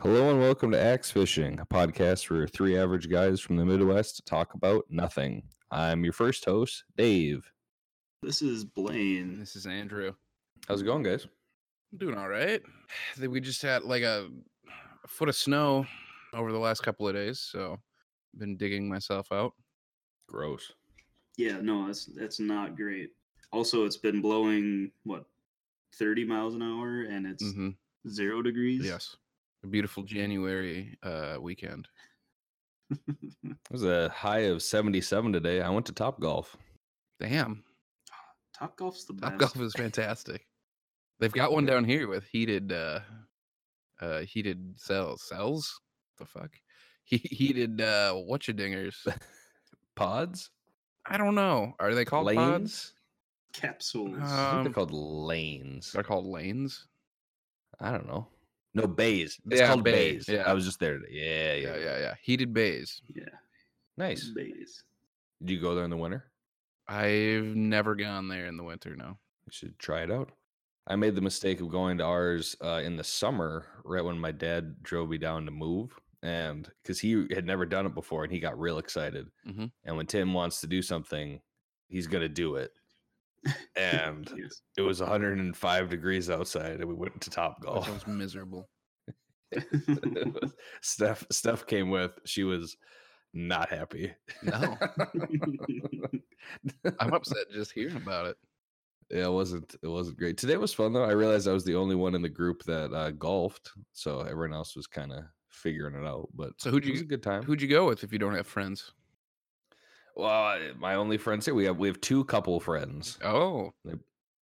Hello and welcome to Axe Fishing, a podcast where three average guys from the Midwest talk about nothing. I'm your first host, Dave. This is Blaine. This is Andrew. How's it going, guys? I'm doing all right. I think we just had like a, a foot of snow over the last couple of days, so I've been digging myself out. Gross. Yeah, no, that's that's not great. Also, it's been blowing what thirty miles an hour, and it's Mhm. zero degrees. Yes. A beautiful January uh, weekend. It was a high of 77 today. I went to Top Golf. Damn. Top golf's the Top best. golf is fantastic. They've got one down here with heated uh uh heated cells. Cells? The fuck? He- heated uh whatcha dingers. Pods? I don't know. Are they called pods? lanes? capsules. I think Um, they're called lanes. They're called lanes. I don't know. No, bays. It's Yeah, called bays. bays, yeah. I was just there. today. Yeah, Yeah, yeah, yeah. yeah, yeah. Heated bays. yeah, Nice. bays. Did you go there in the winter? I've never gone there in the winter. No. You should try it out. I made the mistake of going to ours uh, in the summer, right when my dad drove me down to move, and because he had never done it before, and he got real excited. Mhm. And when Tim wants to do something, he's gonna do it. And Yes. it was 105 degrees outside, and we went to Top That Golf. sounds miserable. Steph, Steph came with. She was not happy. No, I'm upset just hearing about it. Yeah, it wasn't it wasn't great. Today was fun though. I realized I was the only one in the group that uh, golfed, so everyone else was kind of figuring it out. But So who'd it was you- a good time. Who'd you go with if you don't have friends? Well, I- my only friends here. We have we have two couple friends, Oh,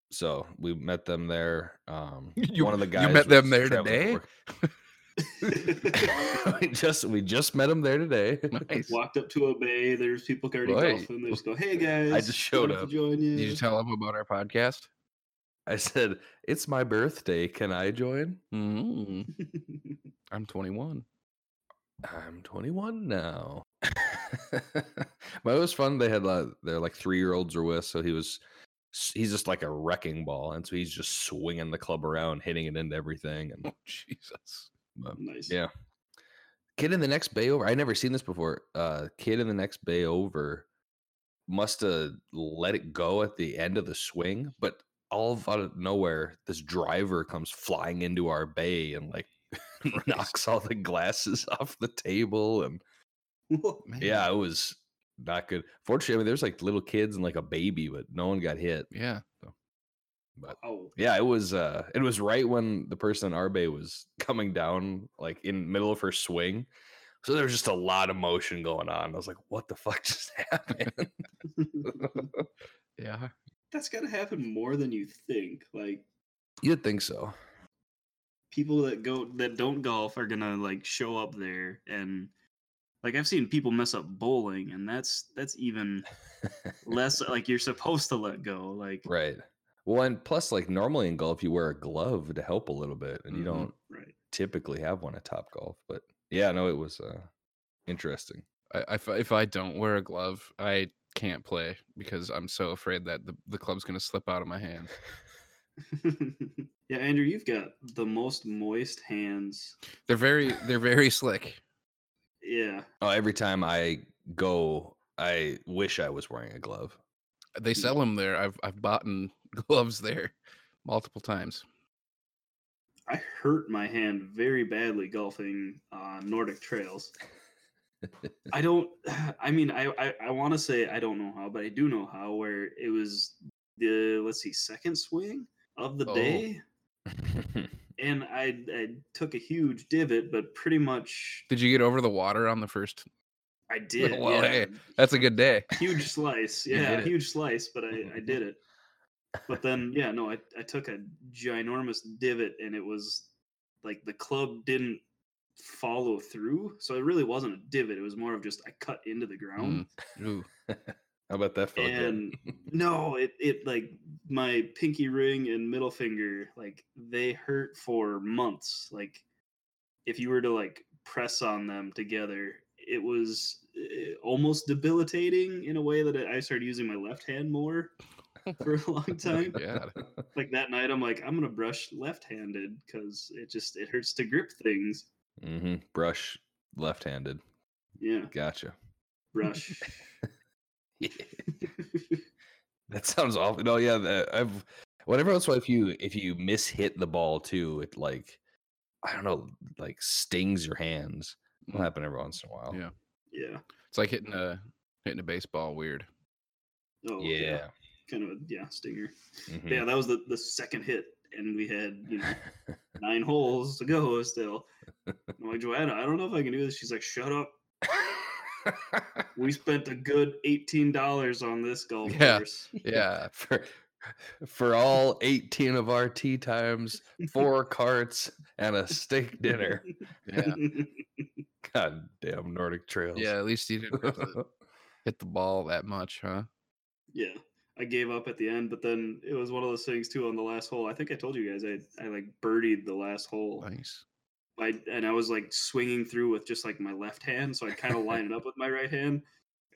so we met them there. Um, You- one of the you guys met them was there traveling for work. we just we just met him there today. nice. Walked up to a bay. There's people already Boy. golfing. They just go, "Hey guys, just showed wanted to up. Join you. Did you tell them about our podcast? I said, "It's my birthday. Can I join?" Mm, I'm 21. I'm 21 now. but it was fun. They had like their like three year olds were with, so he was s- he's just like a wrecking ball, and so he's just swinging the club around, hitting it into everything. And Oh, Jesus. but- nice. yeah, kid in the next bay over. I never seen this before. Uh, kid in the next bay over must have let it go at the end of the swing, but all of out of nowhere, this driver comes flying into our bay and like knocks all the glasses off the table and Man. yeah, it was not good. Fortunately, I mean, there's like little kids and like a baby, but no one got hit. Yeah. But Wow. yeah, it was uh it was right when the person in Arbe was coming down, like in middle of her swing. So there was just a lot of motion going on. I was like, what the fuck just happened? Yeah. That's gotta happen more than you think. Like You'd think so. people that go that don't golf are gonna like show up there and like I've seen people mess up bowling and that's that's even less uh, like you're supposed to let go. Like Right. Well, and plus, like normally in golf, you wear a glove to help a little bit, and you Mhm. don't right. typically have one at Top Golf. But yeah, no, it was uh interesting. I, I f- if I don't wear a glove, I can't play because I'm so afraid that the, the club's going to slip out of my hand. yeah, Andrew, you've got the most moist hands. They're very, they're very slick. Yeah. Oh, every time I go, I wish I was wearing a glove. They sell them there. I've, I've bought gloves there multiple times. I hurt my hand very badly golfing uh, Nordic trails. I don't. I mean, I I, I want to say I don't know how, but I do know how. Where it was the let's see, second swing of the Oh. day, and I I took a huge divot, but pretty much Did you get over the water on the first? I did. Well, yeah. hey, That's a good day. huge slice. You Yeah, did it. huge slice, but I, I did it. But then, yeah, no, I, I took a ginormous divot and it was like the club didn't follow through. So it really wasn't a divot. It was more of just I cut into the Mm. ground. Ooh. How about that felt good? And no, it, it like my pinky ring and middle finger, like they hurt for months. Like if you were to like press on them together, it was eh, almost debilitating in a way that I started using my left hand more for a long time. God. like that night, I'm like, I'm gonna brush left handed because it just it hurts to grip things. hmm Brush left-handed. Yeah, Gotcha. rush. That sounds awful. No, yeah, that, I've whatever else. If you if you mishit the ball too, it like I don't know, like stings your hands. It'll Mm. happen every once in a while. Yeah. yeah. It's like hitting a hitting a baseball weird. Oh Yeah. Kind of a yeah stinger. mhm. But yeah, that was the, the second hit, and we had you know nine holes to go still. I'm like Joanna, I don't know if I can do this. She's like, shut up. Mm-hmm. We spent a good eighteen dollars on this golf Yeah. course. Yeah. for for all eighteen of our tea times, four carts and a steak dinner. Yeah. God damn Nordic trails. yeah. At least you didn't have to hit the ball that much, huh? yeah i gave up at the end but then it was one of those things too on the last hole i think i told you guys i, I like birdied the last hole Nice. I, and i was like swinging through with just like my left hand so i kind of lined it up with my right hand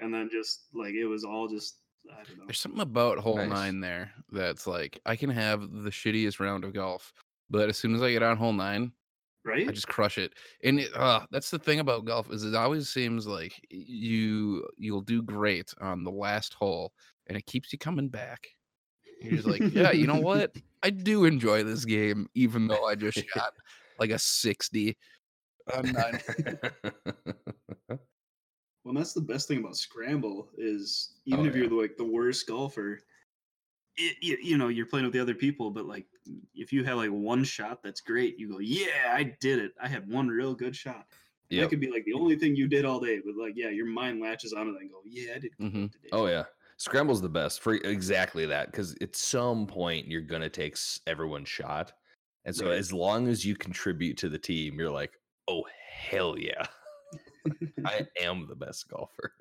and then just like it was all just i don't know There's something about hole Nice. nine there that's like I can have the shittiest round of golf, but as soon as I get on hole nine, I right just crush it. And it, uh, that's the thing about golf is it always seems like y- you you'll do great on the last hole, and it keeps you coming back. You're just like, yeah, you know what? I do enjoy this game, even though I just shot like a sixty on nine. well that's the best thing about scramble is even Oh, if you're the, like the worst golfer it, you, you know you're playing with the other people but like if you have like one shot that's great you go yeah i did it i had one real good shot That Yep. could be like the only thing you did all day, but like, yeah, your mind latches onto that and go, yeah, I did good Mhm. today. Oh yeah, scramble's the best for exactly that because at some point you're gonna take s- everyone's shot, and so Right. as long as you contribute to the team, you're like, oh hell yeah, I am the best golfer.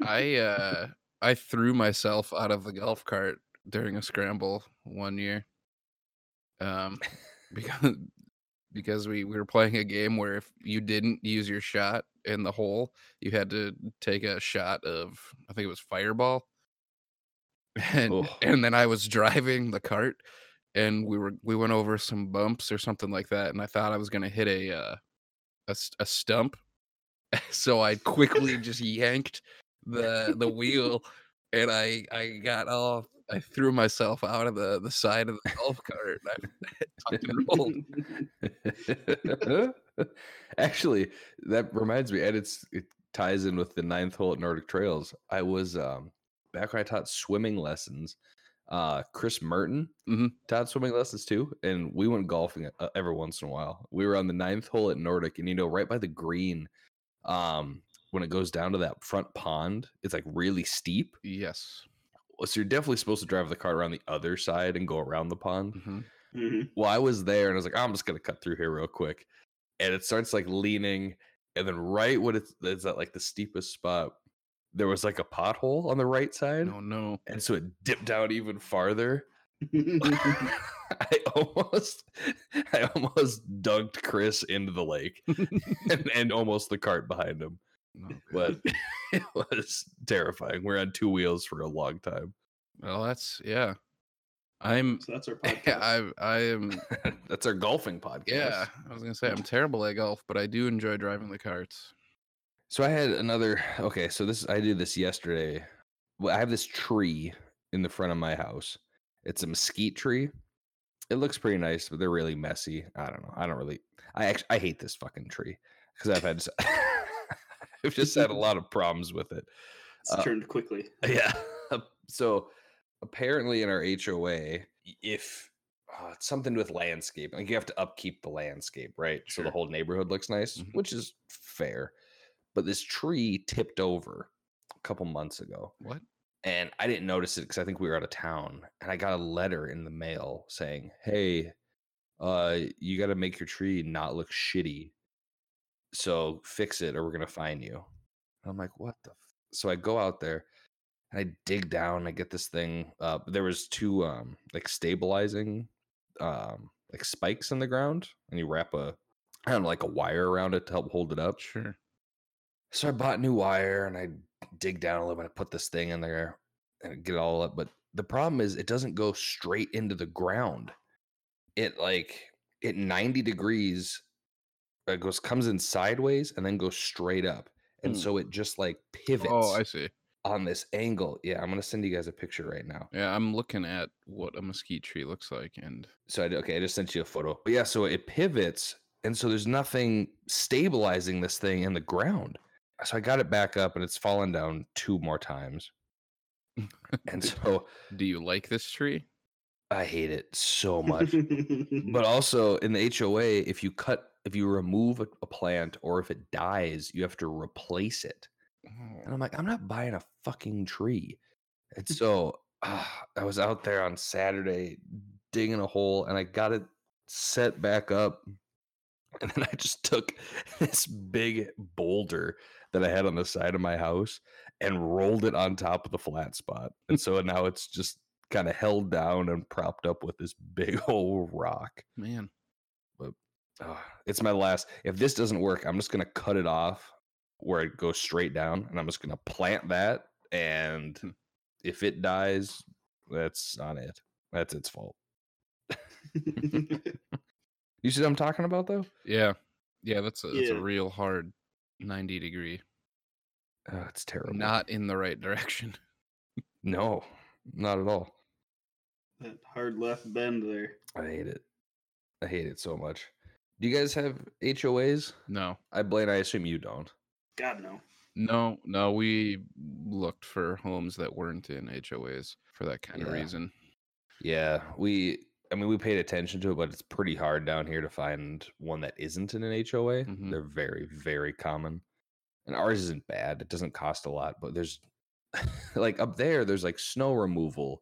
I uh I threw myself out of the golf cart during a scramble one year. Um because because we, we were playing a game where if you didn't use your shot in the hole, you had to take a shot of I think it was fireball. And Oh. and then I was driving the cart and we were we went over some bumps or something like that and I thought I was going to hit a uh a, s- a stump. So I quickly just yanked the the wheel and I I got all I threw myself out of the the side of the golf cart. and I tucked and rolled. Actually, that reminds me, and it's it ties in with the ninth hole at Nordic Trails. I was um back when I taught swimming lessons. Uh, Chris Merton Mhm. taught swimming lessons too, and we went golfing uh, every once in a while. We were on the ninth hole at Nordic, and you know, right by the green, um, when it goes down to that front pond, it's like really steep. Yes. So you're definitely supposed to drive the cart around the other side and go around the pond Mhm. Mhm. well, I was there and I was like, I'm just gonna cut through here real quick. And it starts like leaning, and then right when it's, it's at like the steepest spot, there was like a pothole on the right side. No, no. And so it dipped down even farther. I almost I almost dunked Chris into the lake and, and almost the cart behind him. no. But it was terrifying. We're on two wheels for a long time. Well, that's yeah. I'm so that's our podcast. I I am That's our golfing podcast. yeah, I was going to say I'm terrible at golf, but I do enjoy driving the carts. So I had another. Okay, so this I did this yesterday. Well, I have this tree in the front of my house. It's a mesquite tree. It looks pretty nice, but they're really messy. I don't know. I don't really. I actually I hate this fucking tree because I've had. s- I've just had a lot of problems with it. it's uh, turned quickly. Yeah. So apparently in our HOA, if uh, it's something with landscape, like you have to upkeep the landscape, right? So the Sure. whole neighborhood looks nice, Mhm. which is fair. But this tree tipped over a couple months ago, What? and I didn't notice it because I think we were out of town. And I got a letter in the mail saying, "Hey, uh, you got to make your tree not look shitty. So fix it, or we're gonna fine you." And I'm like, "What the?" F-? So I go out there and I dig down. I get this thing. Uh, there was two um like stabilizing um like spikes in the ground, and you wrap a I don't know like a wire around it to help hold it up. Sure. So I bought new wire and I dig down a little bit. I put this thing in there and get it all up. But the problem is it doesn't go straight into the ground. It like at 90 degrees it goes comes in sideways and then goes straight up, and Hmm. so it just like pivots Oh, I see. on this angle. Yeah, I'm gonna send you guys a picture right now. Yeah, I'm looking at what a mesquite tree looks like, and So I d- okay, I just sent you a photo. But yeah, so it pivots, and so there's nothing stabilizing this thing in the ground. So I got it back up, and it's fallen down two more times. And so do you like this tree? I hate it so much. but also in the HOA, if you cut, if you remove a, a plant or if it dies, you have to replace it. And Oh, I'm like, I'm not buying a fucking tree. And so ah, I was out there on Saturday digging a hole and I got it set back up. And then I just took this big boulder that I had on the side of my house and rolled it on top of the flat spot. And so now it's just kind of held down and propped up with this big old rock. man, Ah, it's my last. If this doesn't work, I'm just gonna cut it off where it goes straight down, and I'm just gonna plant that. And Hmm. if it dies, that's on it. That's its fault. You see what I'm talking about, though? yeah, yeah. That's a that's Yeah. a real hard ninety degree, Oh, it's terrible. not in the right direction. no, not at all. that hard left bend there. I hate it. I hate it so much. Do you guys have HOAs? No, I Blaine, I assume you don't. God no. no, no. We looked for homes that weren't in HOAs for that kind of Yeah. reason. Yeah, we. I mean, we paid attention to it, but it's pretty hard down here to find one that isn't in an HOA. Mhm. They're very, very common, and ours isn't bad. It doesn't cost a lot, but there's like up there, there's like snow removal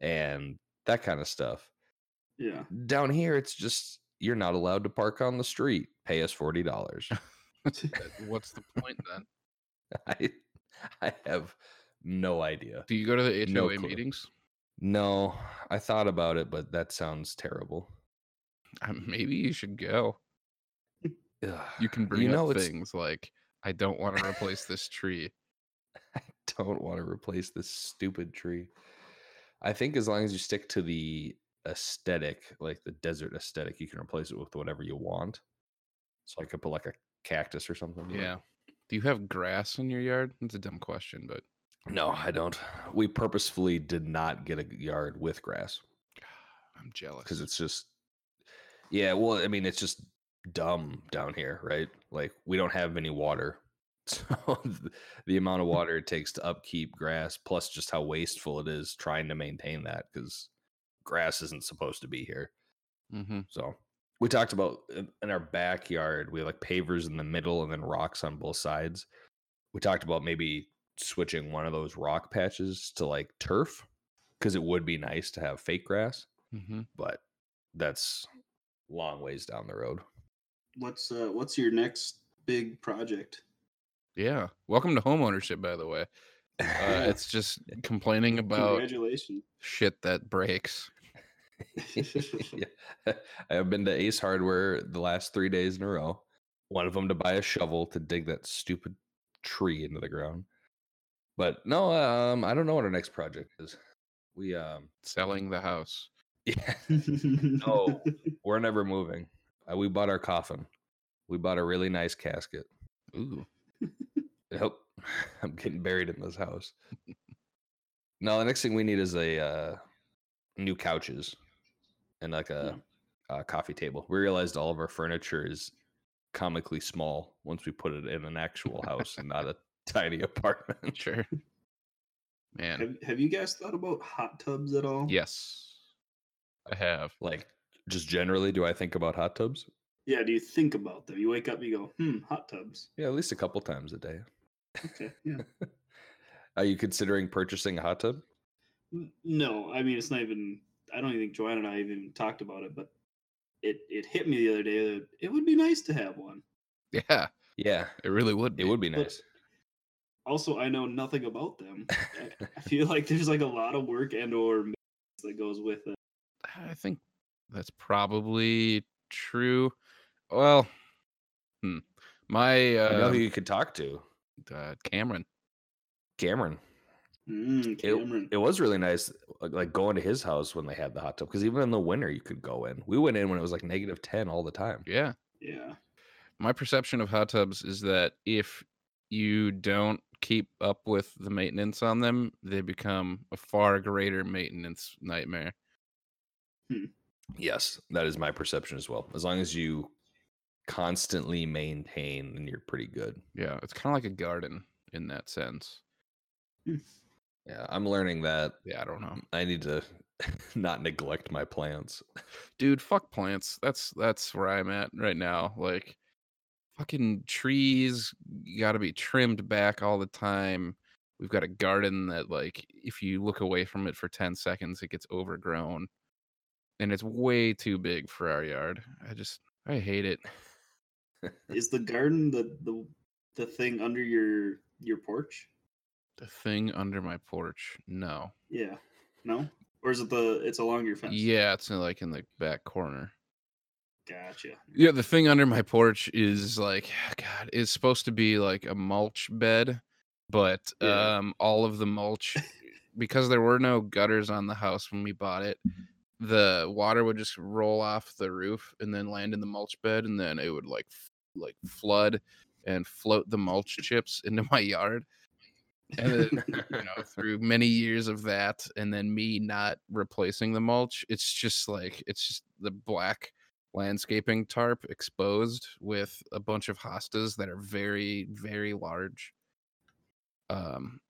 and that kind of stuff. Yeah. Down here, it's just you're not allowed to park on the street. Pay us forty dollars. But What's the point then? I, I have no idea. Do you go to the HOA No clue. meetings? No, I thought about it, but that sounds terrible. Uh, maybe you should go. You can bring up it's- things like, "I don't want to replace this tree." I don't want to replace this stupid tree. I think as long as you stick to the aesthetic, like the desert aesthetic, you can replace it with whatever you want. So I could put like a cactus or something. but- Yeah. Do you have grass in your yard? That's a dumb question, but No, I don't. We purposefully did not get a yard with grass I'm jealous. because it's just, yeah. Well, I mean, it's just dumb down here, right? Like we don't have any water. So th- the amount of water it takes to upkeep grass, plus just how wasteful it is trying to maintain that because grass isn't supposed to be here. hmm So we talked about in- in our backyard, we have like pavers in the middle and then rocks on both sides. We talked about maybe switching one of those rock patches to like turf because it would be nice to have fake grass, hmm but that's long ways down the road. What's uh what's your next big project? Yeah. Welcome to homeownership, by the way. Uh, it's just complaining about Congratulations. shit that breaks. yeah. I've been to Ace Hardware the last three days in a row. One of them to buy a shovel to dig that stupid tree into the ground. But no, um, I don't know what our next project is. We um, Selling the house. yeah, No. we're never moving. Uh, we bought our coffin. We bought a really nice casket. Ooh. Yep, I'm getting buried in this house. no, the next thing we need is a uh, new couches and like a, uh coffee table. We realized all of our furniture is comically small once we put it in an actual house and not a tiny apartment. Sure. Man. Have, have you guys thought about hot tubs at all? Yes. I have. like, just generally, do I think about hot tubs? Yeah, do you think about them? You wake up, you go, hmm, hot tubs. Yeah, at least a couple times a day. Okay. Yeah. Are you considering purchasing a hot tub? N- no, I mean it's not even I don't even think Joanne and I even talked about it, but it, it hit me the other day that it would be nice to have one. Yeah. Yeah, It really would. it would be But- nice. Also, I know nothing about them. I, I feel like there's like a lot of work and or maintenance that goes with it. I think that's probably true. Well, hmm. my I know uh, who you could talk to. uh, Cameron. Cameron. Mm, Cameron. It was really nice, like- like going to his house when they had the hot tub. Because even in the winter, you could go in. We went in when it was like negative ten all the time. Yeah. yeah. my perception of hot tubs is that if you don't keep up with the maintenance on them, they become a far greater maintenance nightmare. Yes, that is my perception as well. As long as you constantly maintain, then you're pretty good. Yeah, it's kind of like a garden in that sense. Yeah, I'm learning that. Yeah, I don't know. I need to not neglect my plants. dude fuck plants that's that's where i'm at right now like fucking trees gotta be trimmed back all the time we've got a garden that like if you look away from it for 10 seconds it gets overgrown and it's way too big for our yard i just i hate it Is the garden the the the thing under your your porch? the thing under my porch no Yeah. No? Or is it the it's along your fence? yeah it's in, like in the back corner Gotcha. Yeah, the thing under my porch is like, God, it's supposed to be like a mulch bed, but Yeah. um, all of the mulch, because there were no gutters on the house when we bought it, the water would just roll off the roof and then land in the mulch bed, and then it would like, f- like flood and float the mulch chips into my yard. And then you know, through many years of that, and then me not replacing the mulch, it's just like it's just the black landscaping tarp exposed with a bunch of hostas that are very, very large. Um,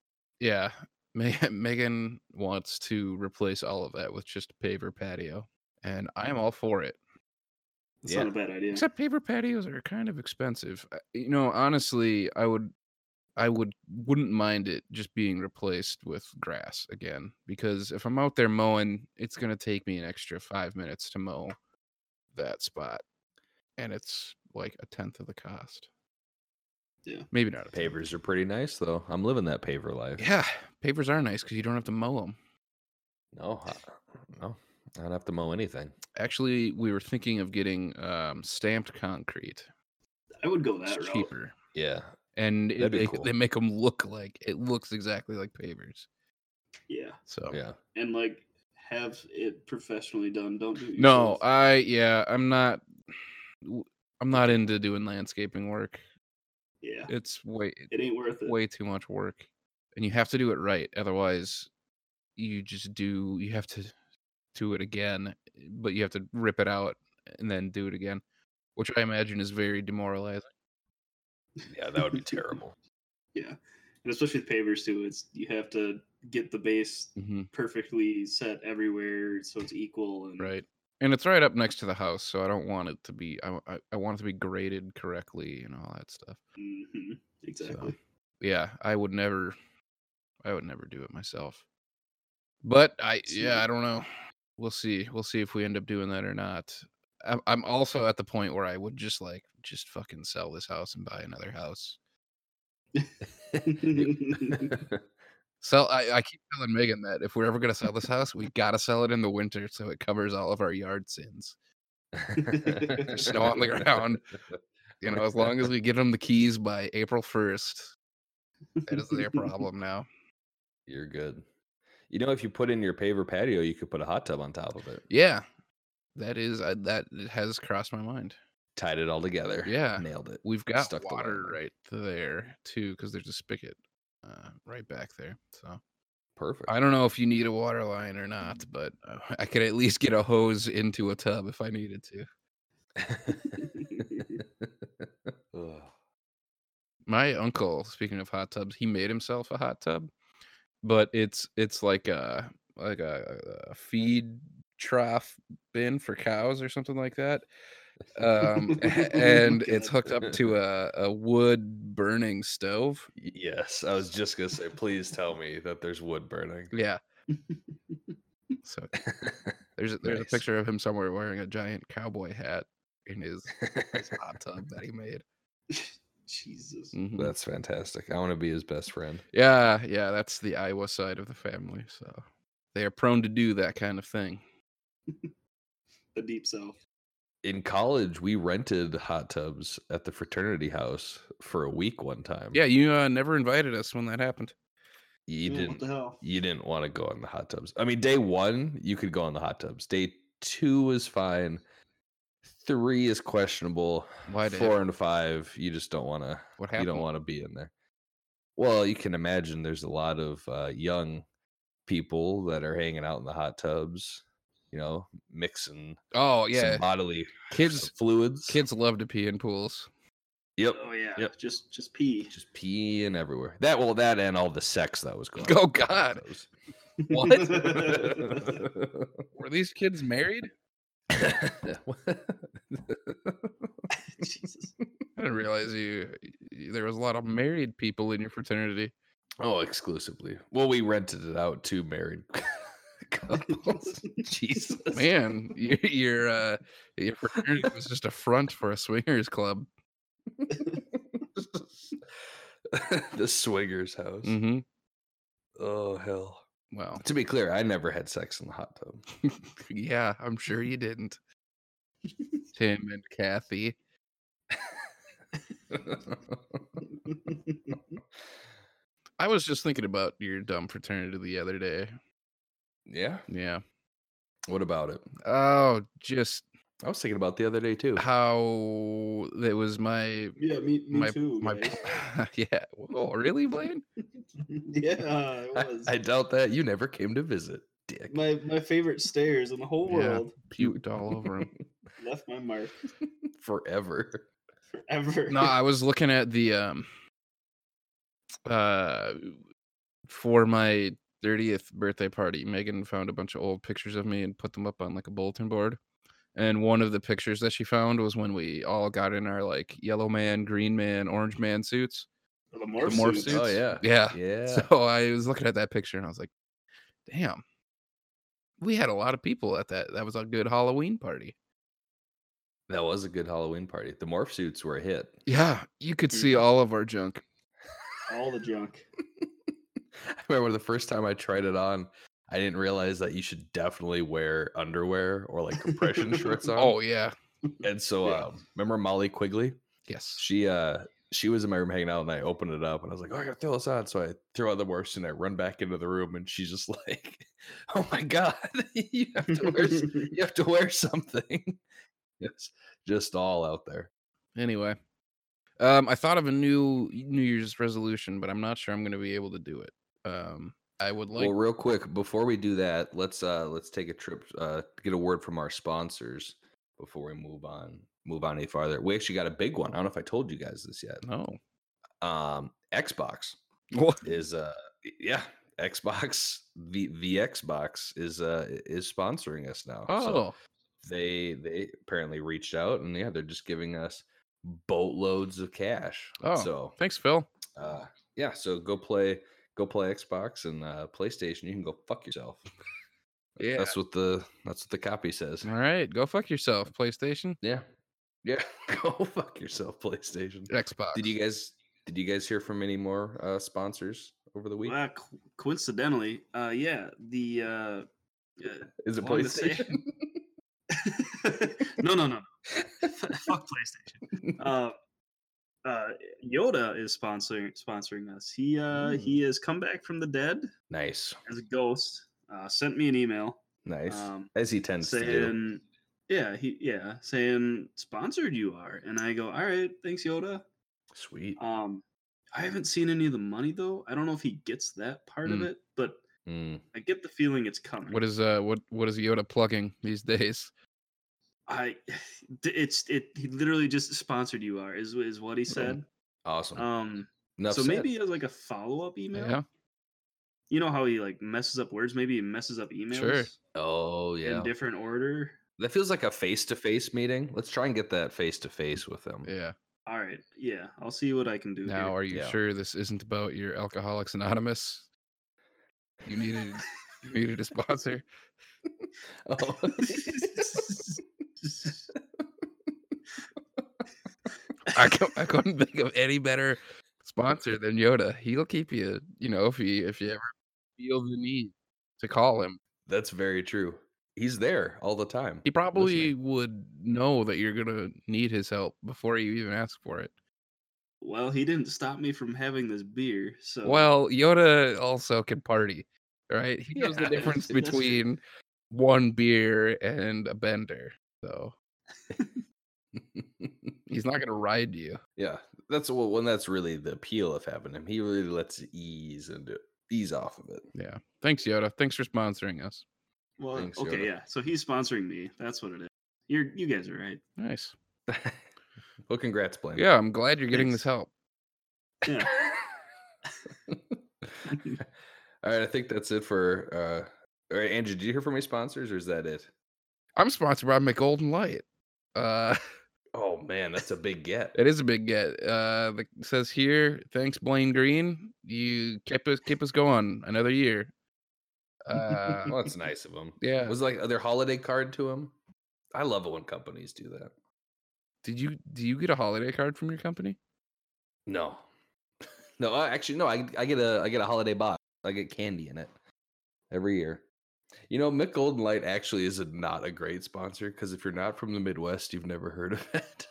yeah, Me- Megan wants to replace all of that with just a paver patio, and I am all for it. That's Yeah. not a bad idea. Except paper patios are kind of expensive. I- You know, honestly, I would, I would, wouldn't mind it just being replaced with grass again because if I'm out there mowing, it's gonna take me an extra five minutes to mow that spot, and it's like a tenth of the cost. Yeah. maybe not. A tenth. Pavers are pretty nice though. I'm living that paver life. Yeah, papers are nice because you don't have to mow them. No, I, no, I don't have to mow anything. Actually, we were thinking of getting um, stamped concrete. I would go It's that route. cheaper. Yeah, and it, That'd be they, cool. they make them look like it looks exactly like pavers. Yeah. So yeah. And like have it professionally done. Don't do it no, yourself. I yeah, I'm not. w- I'm not into doing landscaping work. yeah. It's way It ain't worth it. way too much work, and you have to do it right. Otherwise, you just do. You have to do it again, but you have to rip it out and then do it again, which I imagine is very demoralizing. Yeah, that would be terrible. And especially with pavers too, it's you have to get the base Mm-hmm. perfectly set everywhere so it's equal and Right. And it's right up next to the house, so I don't want it to be. I, I, I want it to be graded correctly and all that stuff. Mhm, exactly. yeah, I would never I would never do it myself. But I yeah, See. I don't know. We'll see. We'll see if we end up doing that or not. I'm I'm also at the point where I would just like just fucking sell this house and buy another house. Sell I, I keep telling Megan that if we're ever gonna sell this house, we gotta sell it in the winter so it covers all of our yard sins. Snow snow on the ground. You know, as long as we give them the keys by April first, that is their problem now. You're good. You know, if you put in your paver patio, you could put a hot tub on top of it. Yeah, that is uh, that has crossed my mind. Tied it all together. Yeah. Nailed it. We've got stuck the line water there. right there too, because there's a spigot uh, right back there. So Perfect. I don't know if you need a water line or not, Mm. but uh, I could at least get a hose into a tub if I needed to. Ugh. My uncle, speaking of hot tubs, he made himself a hot tub, but it's it's like a like a, a feed trough bin for cows or something like that. Um, and it's God. hooked up to a, a wood burning stove. Yes, I was just gonna say. Please tell me that there's wood burning. Yeah. so there's a, there's Nice. a picture of him somewhere wearing a giant cowboy hat in his, his hot tub that he made. Jesus. Mhm. That's fantastic. I want to be his best friend. Yeah, yeah, that's the Iowa side of the family. So they are prone to do that kind of thing. The deep south. In college, we rented hot tubs at the fraternity house for a week one time. Yeah, you uh, never invited us when that happened. you Yeah, didn't. What the hell? you didn't want to go on the hot tubs. I mean, day one, you could go on the hot tubs. Day two was fine. Three is questionable. Why did- Four and five, you just don't want to. What You happened? don't want to be in there. Well, you can imagine there's a lot of uh, young people that are hanging out in the hot tubs. You know, mixing Oh yeah, some bodily kids fluids. kids love to pee in pools. Yep. Oh yeah, Yep. just just pee. Just peeing everywhere. That well, that and all the sex that was going. Oh, on. God. Those- Were these kids married? Jesus. I didn't realize you. y- There was a lot of married people in your fraternity. oh, exclusively. Well, we rented it out to married couples. Jesus, Man, your your, uh, your fraternity was just a front for a swingers club. the swingers house. Mm-hmm. Oh hell. Well, To be clear, I never had sex in the hot tub. yeah, I'm sure you didn't. Tim and Kathy. I was just thinking about your dumb fraternity the other day. yeah. Yeah. What about it? Oh, just I was thinking about the other day too. how that was my yeah, me, me my too. my. guys. yeah. Oh, really, Blaine? yeah, it I, was I doubt that you never came to visit, Dick. my my favorite stairs in the whole Yeah. world. Puked all over him. Left my mark forever. forever. no, I was looking at the um uh for my 30th birthday party, Megan found a bunch of old pictures of me and put them up on like a bulletin board. And one of the pictures that she found was when we all got in our like yellow man, green man, orange man suits. the morph, the morph suits. suits. Oh yeah. Yeah. Yeah. So I was looking at that picture and I was like, damn. We had a lot of people at that. That was a good Halloween party. that was a good Halloween party. The morph suits were a hit. Yeah, you could see Mhm. all of our junk. All the junk. I remember the first time I tried it on, I didn't realize that you should definitely wear underwear or like compression shorts on. Oh yeah. and so yeah. um, remember Molly Quigley? Yes. She uh she was in my room hanging out and I opened it up and I was like, Oh, I gotta throw this on. So I throw out the morph suit and I run back into the room and she's just like, Oh my god, you have to wear s- you have to wear something. It's just all out there. Anyway, um, I thought of a new New Year's resolution, but I'm not sure I'm going to be able to do it. Um, I would like. well, real quick before we do that, let's uh let's take a trip uh get a word from our sponsors before we move on move on any farther. We actually got a big one. I don't know if I told you guys this yet. no. Um Xbox What? is uh y- yeah, Xbox the the Xbox is uh i- is sponsoring us now. Oh, So they they apparently reached out and yeah, they're just giving us boatloads of cash. Oh. So thanks, Phil. uh yeah so go play go play xbox and uh playstation you can go fuck yourself Yeah. that's what the that's what the copy says All right, go fuck yourself, PlayStation, yeah yeah go fuck yourself playstation Xbox. did you guys did you guys hear from any more uh sponsors over the week Wow, co- coincidentally, uh, yeah, the uh, uh, is it long to say. playstation no, no, no, fuck PlayStation. Uh, uh, Yoda is sponsoring sponsoring us. He uh, he Hmm. has come back from the dead nice as a ghost. Uh, sent me an email nice um, as he tends to do saying, "Yeah, he yeah saying sponsored you are," and I go, "All right, thanks, Yoda." sweet Um, I haven't seen any of the money though. I don't know if he gets that part of Hmm. Mm. it, but Mm. I get the feeling it's coming. What is uh what what is Yoda plugging these days? I? d- It's it. He literally just sponsored you are is is what he said. awesome Um, Enough so said. maybe as like a follow up email. Yeah. You know how he like messes up words. Maybe he messes up emails oh yeah in different order. that feels like a face-to-face meeting let's try and get that face-to-face with them Yeah. All right, yeah, I'll see what I can do. here. Now, are you Yeah. sure this isn't about your Alcoholics Anonymous? You needed you needed a sponsor. oh. I, cou- I couldn't think of any better sponsor than Yoda. He'll keep you, you know, if you if you ever feel the need to call him. That's very true. He's there all the time. He probably would know that you're gonna need his help before you even ask for it. Well, he didn't stop me from having this beer. So Well, Yoda also can party, right? He knows the Yeah, difference that's true. between one beer and a bender. So He's not gonna ride you. Yeah, that's what when that's really the appeal of having him. He really lets you ease into ease off of it. Yeah. Thanks, Yoda. Thanks for sponsoring us. Well, Thanks, okay, Yoda. yeah. So he's sponsoring me. That's what it is. You're you guys are right. Nice. well, congrats, Blaine. Yeah, I'm glad you're getting this help. Yeah. All right, I think that's it for. uh All right, Andrew, did you hear from any sponsors, or is that it? I'm sponsored by McGolden Light. Uh, Oh man, that's a big get. it is a big get. Uh, like it says here, thanks Blaine Green. You kept us keep us going another year. Uh, Well, that's nice of him. yeah. Was like their holiday card to him. I love it when companies do that. Did you do you get a holiday card from your company? No, no. I, actually, no. I, I get a I get a holiday box. I get candy in it every year. You know, Mick Golden Light actually is a, not a great sponsor because if you're not from the Midwest, you've never heard of it.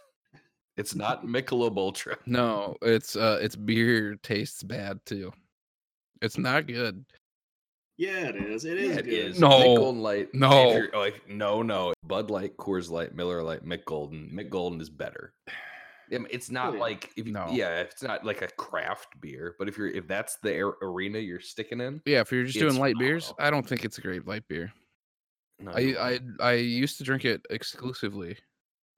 It's not Michelob Ultra. No, it's uh, it's beer tastes bad too. It's not good. yeah, it is. It is Yeah, good. Mick No. Golden Light. if No. you're- oh, if- no, no. Bud Light, Coors Light, Miller Light, Mick Golden. Mick Golden is better. I mean, It's not yeah. like if you, No. yeah, it's not like a craft beer. But if you're if that's the ar- arena you're sticking in, Yeah, if you're just It's doing light beers, phenomenal. I don't think it's a great light beer. no, no, I I I used to drink it exclusively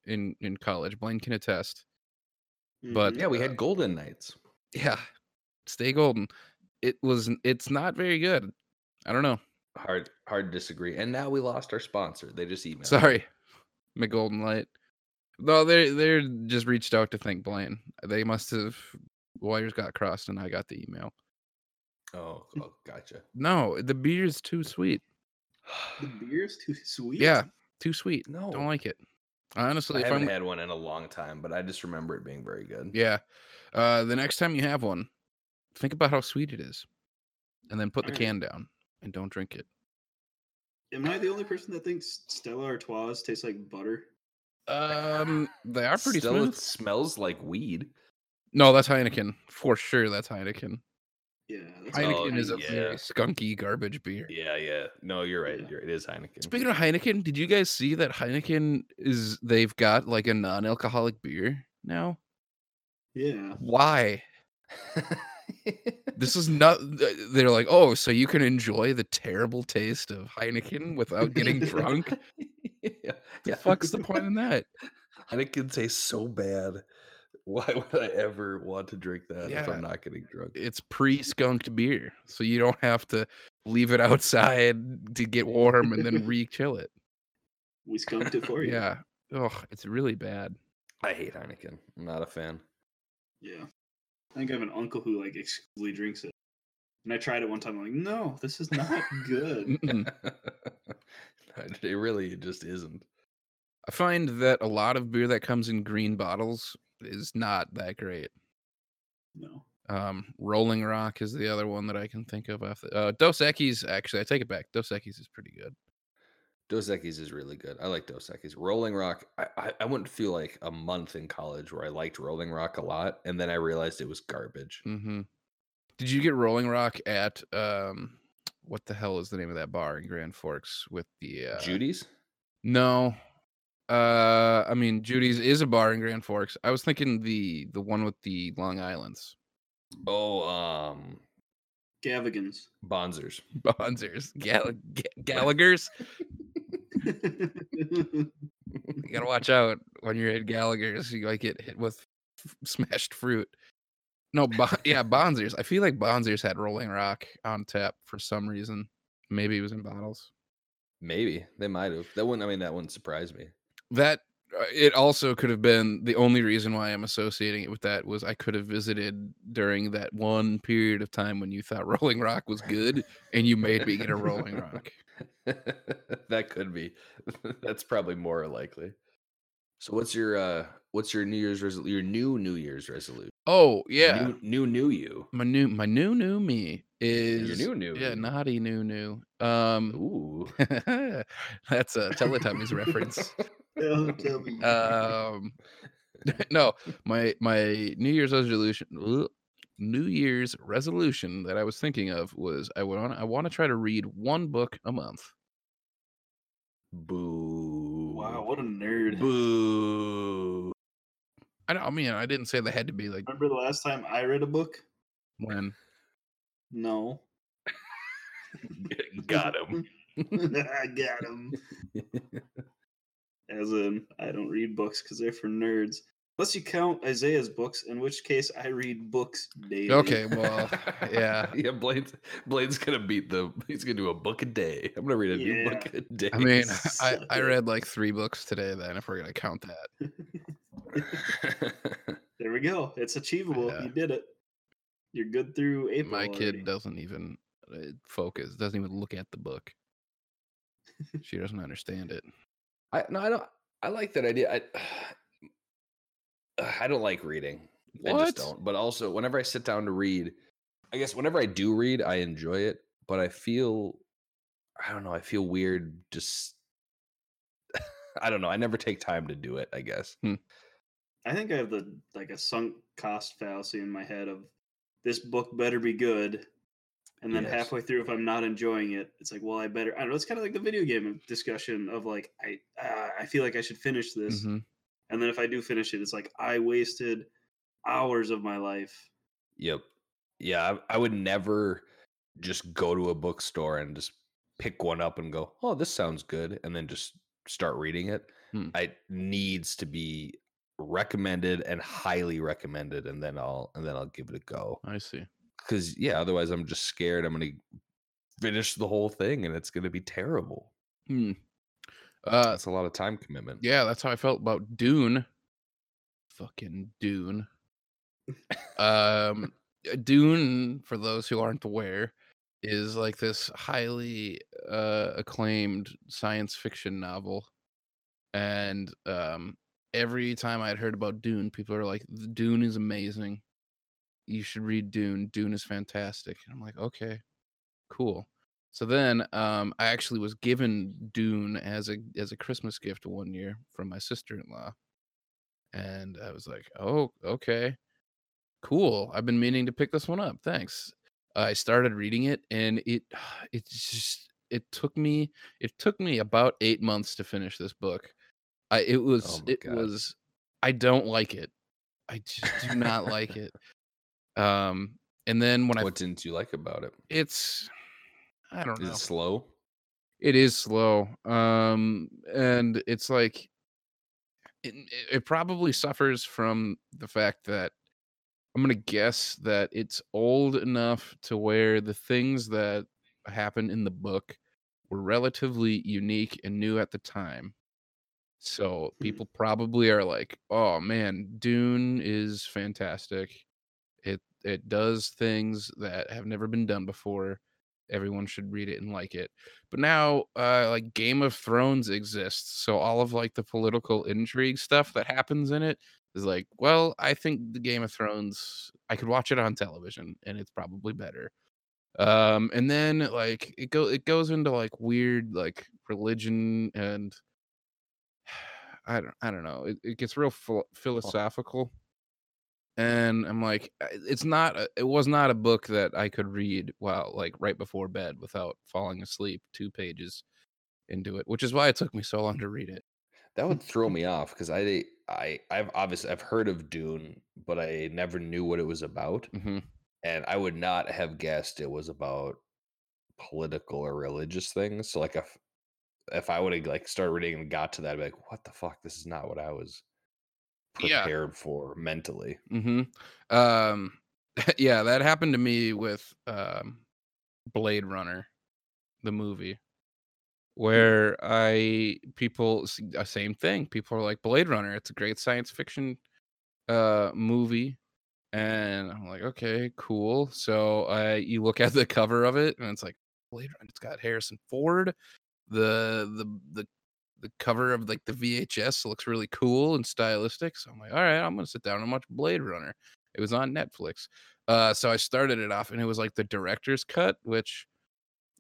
in in college. Blaine can attest. But- Mhm. yeah, we uh, had Golden Nights. Yeah, stay golden. It was. n- It's not very good. I don't know. Hard, hard to disagree. And now we lost our sponsor. They just emailed. us. Sorry, McGolden Light. No, they they just reached out to thank Blaine. They must have wires got crossed, and I got the email. Oh, oh, gotcha. No, the beer is too sweet. the beer's too sweet. Yeah, too sweet. No, Don't like it. Honestly, I if haven't I'm had one in a long time, but I just remember it being very good. yeah, uh, the next time you have one, think about how sweet it is, and then put the Alright. can down and don't drink it. Am I the only person that thinks Stella Artois tastes like butter? Um, they are pretty Still, smooth. it smells like weed. No, that's Heineken for sure. That's Heineken. Yeah. that's what Heineken is a Oh, yeah. very skunky garbage beer. Yeah, yeah. No, you're right. Yeah. You're, it is Heineken. Speaking of Heineken, did you guys see that Heineken is they've got like a non-alcoholic beer now? Yeah. Why? This is not th- they're like, "Oh, so you can enjoy the terrible taste of Heineken without getting drunk?" yeah. The fuck's the point in that? Heineken tastes so bad. Why would I ever want to drink that if Yeah. I'm not getting drunk? It's pre-skunked beer, so you don't have to leave it outside to get warm and then re-chill it. We skunked it for you. Yeah. Oh, it's really bad. I hate Heineken. I'm not a fan. Yeah. I think I have an uncle who like exclusively drinks it. And I tried it one time. I'm like, no, this is not good. Mm-mm. it really just isn't. I find that a lot of beer that comes in green bottles is not that great. No. Um, Rolling Rock is the other one that I can think of. Off the, uh, Dos Equis, actually, I take it back. Dos Equis is pretty good. Dos Equis is really good. I like Dos Equis. Rolling Rock, I, I, I wouldn't feel like a month in college where I liked Rolling Rock a lot, and then I realized it was garbage. Mm-hmm. Did you get Rolling Rock at um, what the hell is the name of that bar in Grand Forks with the uh, Judy's? No, uh, I mean Judy's is a bar in Grand Forks. I was thinking the the one with the Long Island's Oh, um, Gavigans. Bonzers. Bonzers, Gall- Ga- Gallagher's. You gotta watch out when you're at Gallagher's. You like get hit with f- smashed fruit. No, bon- yeah, Bonzers. I feel like Bonzers had Rolling Rock on tap for some reason. Maybe it was in bottles. Maybe they might have. That wouldn't. I mean, that wouldn't surprise me. That uh, it also could have been the only reason why I'm associating it with that was I could have visited during that one period of time when you thought Rolling Rock was good and you made me get a Rolling Rock. that could be. That's probably more likely. So what's your uh what's your New Year's resol- your new New Year's resolution? Oh yeah, New new, new you. my new my new new me is Your new new. yeah you. naughty new new um. Ooh. That's a Teletubbies reference. Don't tell me. Um, no, my my New Year's resolution, New Year's resolution that I was thinking of was I want I want to try to read one book a month. Boo. Wow. what a nerd. Boo. I, don't- I mean, I didn't say they had to be like Remember the last time I read a book? when. No. Got him. I got him. As in, I don't read books because they're for nerds. Unless you count Isaiah's books, in which case I read books daily. Okay, well, yeah. yeah. Blaine's Blaine's gonna beat the. He's gonna do a book a day. I'm gonna read a new book a day. I mean, I, suck I it. read like three books today. Then, if we're gonna count that, There we go. It's achievable. Yeah. You did it. You're good through April. my already. kid doesn't even uh, focus. Doesn't even look at the book. she doesn't understand it. I no, I don't. I like that idea. I I don't like reading. I What? just don't. But also, whenever I sit down to read, I guess whenever I do read, I enjoy it. But I feel, I don't know. I feel weird. Just I don't know. I never take time to do it. I guess. I think I have the like a sunk cost fallacy in my head of this book better be good. And then Yes. halfway through, if I'm not enjoying it, it's like, well, I better. I don't know. It's kind of like the video game discussion of like, I uh, I feel like I should finish this, Mhm. and then if I do finish it, it's like I wasted hours of my life. Yep. Yeah, I, I would never just go to a bookstore and just pick one up and go, "Oh, this sounds good," and then just start reading it. Hmm. I It needs to be recommended and highly recommended, and then I'll and then I'll give it a go. I see. Because yeah, otherwise I'm just scared I'm gonna finish the whole thing and it's gonna be terrible. Hmm. Uh, That's a lot of time commitment. yeah, that's how I felt about Dune. Fucking Dune. um, uh, Dune, for those who aren't aware, is like this highly uh, acclaimed science fiction novel, and um, every time I'd heard about Dune, people are like, "The "Dune is amazing. You should read Dune. Dune is fantastic." And I'm like, "Okay, cool." So then, um, I actually was given Dune as a as a Christmas gift one year from my sister in law, and I was like, "Oh, okay, cool. I've been meaning to pick this one up. Thanks." I started reading it, and it it just it took me it took me about eight months to finish this book. I it was Oh my it God. was I don't like it. I just do not like it. Um, and then when I What didn't you like about it? it's I don't Is know. it slow? It is slow. Um and it's like it, it- it probably suffers from the fact that I'm going to guess that it's old enough to where the things that happen in the book were relatively unique and new at the time. So Hmm. people probably are like, "Oh man, Dune is fantastic. It it does things that have never been done before. Everyone should read it and like it." But now uh like Game of Thrones exists, so all of like the political intrigue stuff that happens in it is like, "Well, I think the Game of Thrones, I could watch it on television and it's probably better." Um and then like it go it goes into like weird like religion and I don't I don't know. It, it gets real phil- philosophical, and I'm like, "Uh, it's not. A, it was not a book that I could read while like right before bed without falling asleep two pages into it, which is why it took me so long to read it. Hmm. That would throw me off because I I I've obviously I've heard of Dune, but I never knew what it was about, Mm-hmm. and I would not have guessed it was about political or religious things. So like if if I would have like started reading and got to that, I'd be like, what the fuck? This is not what I was Yeah. prepared for mentally. Mm-hmm. Um, yeah, that happened to me with um, Blade Runner, the movie, where I people s- uh, same thing. People are like Blade Runner. It's a great science fiction uh movie, and I'm like, okay, cool. So uh, you look at the cover of it, and it's like Blade Runner. It's got Harrison Ford. The the the the cover of like the VHS looks really cool and stylistic. So I'm like, all right, I'm gonna sit down and watch Blade Runner. It was on Netflix. Uh, so I started it off, and it was like the director's cut, which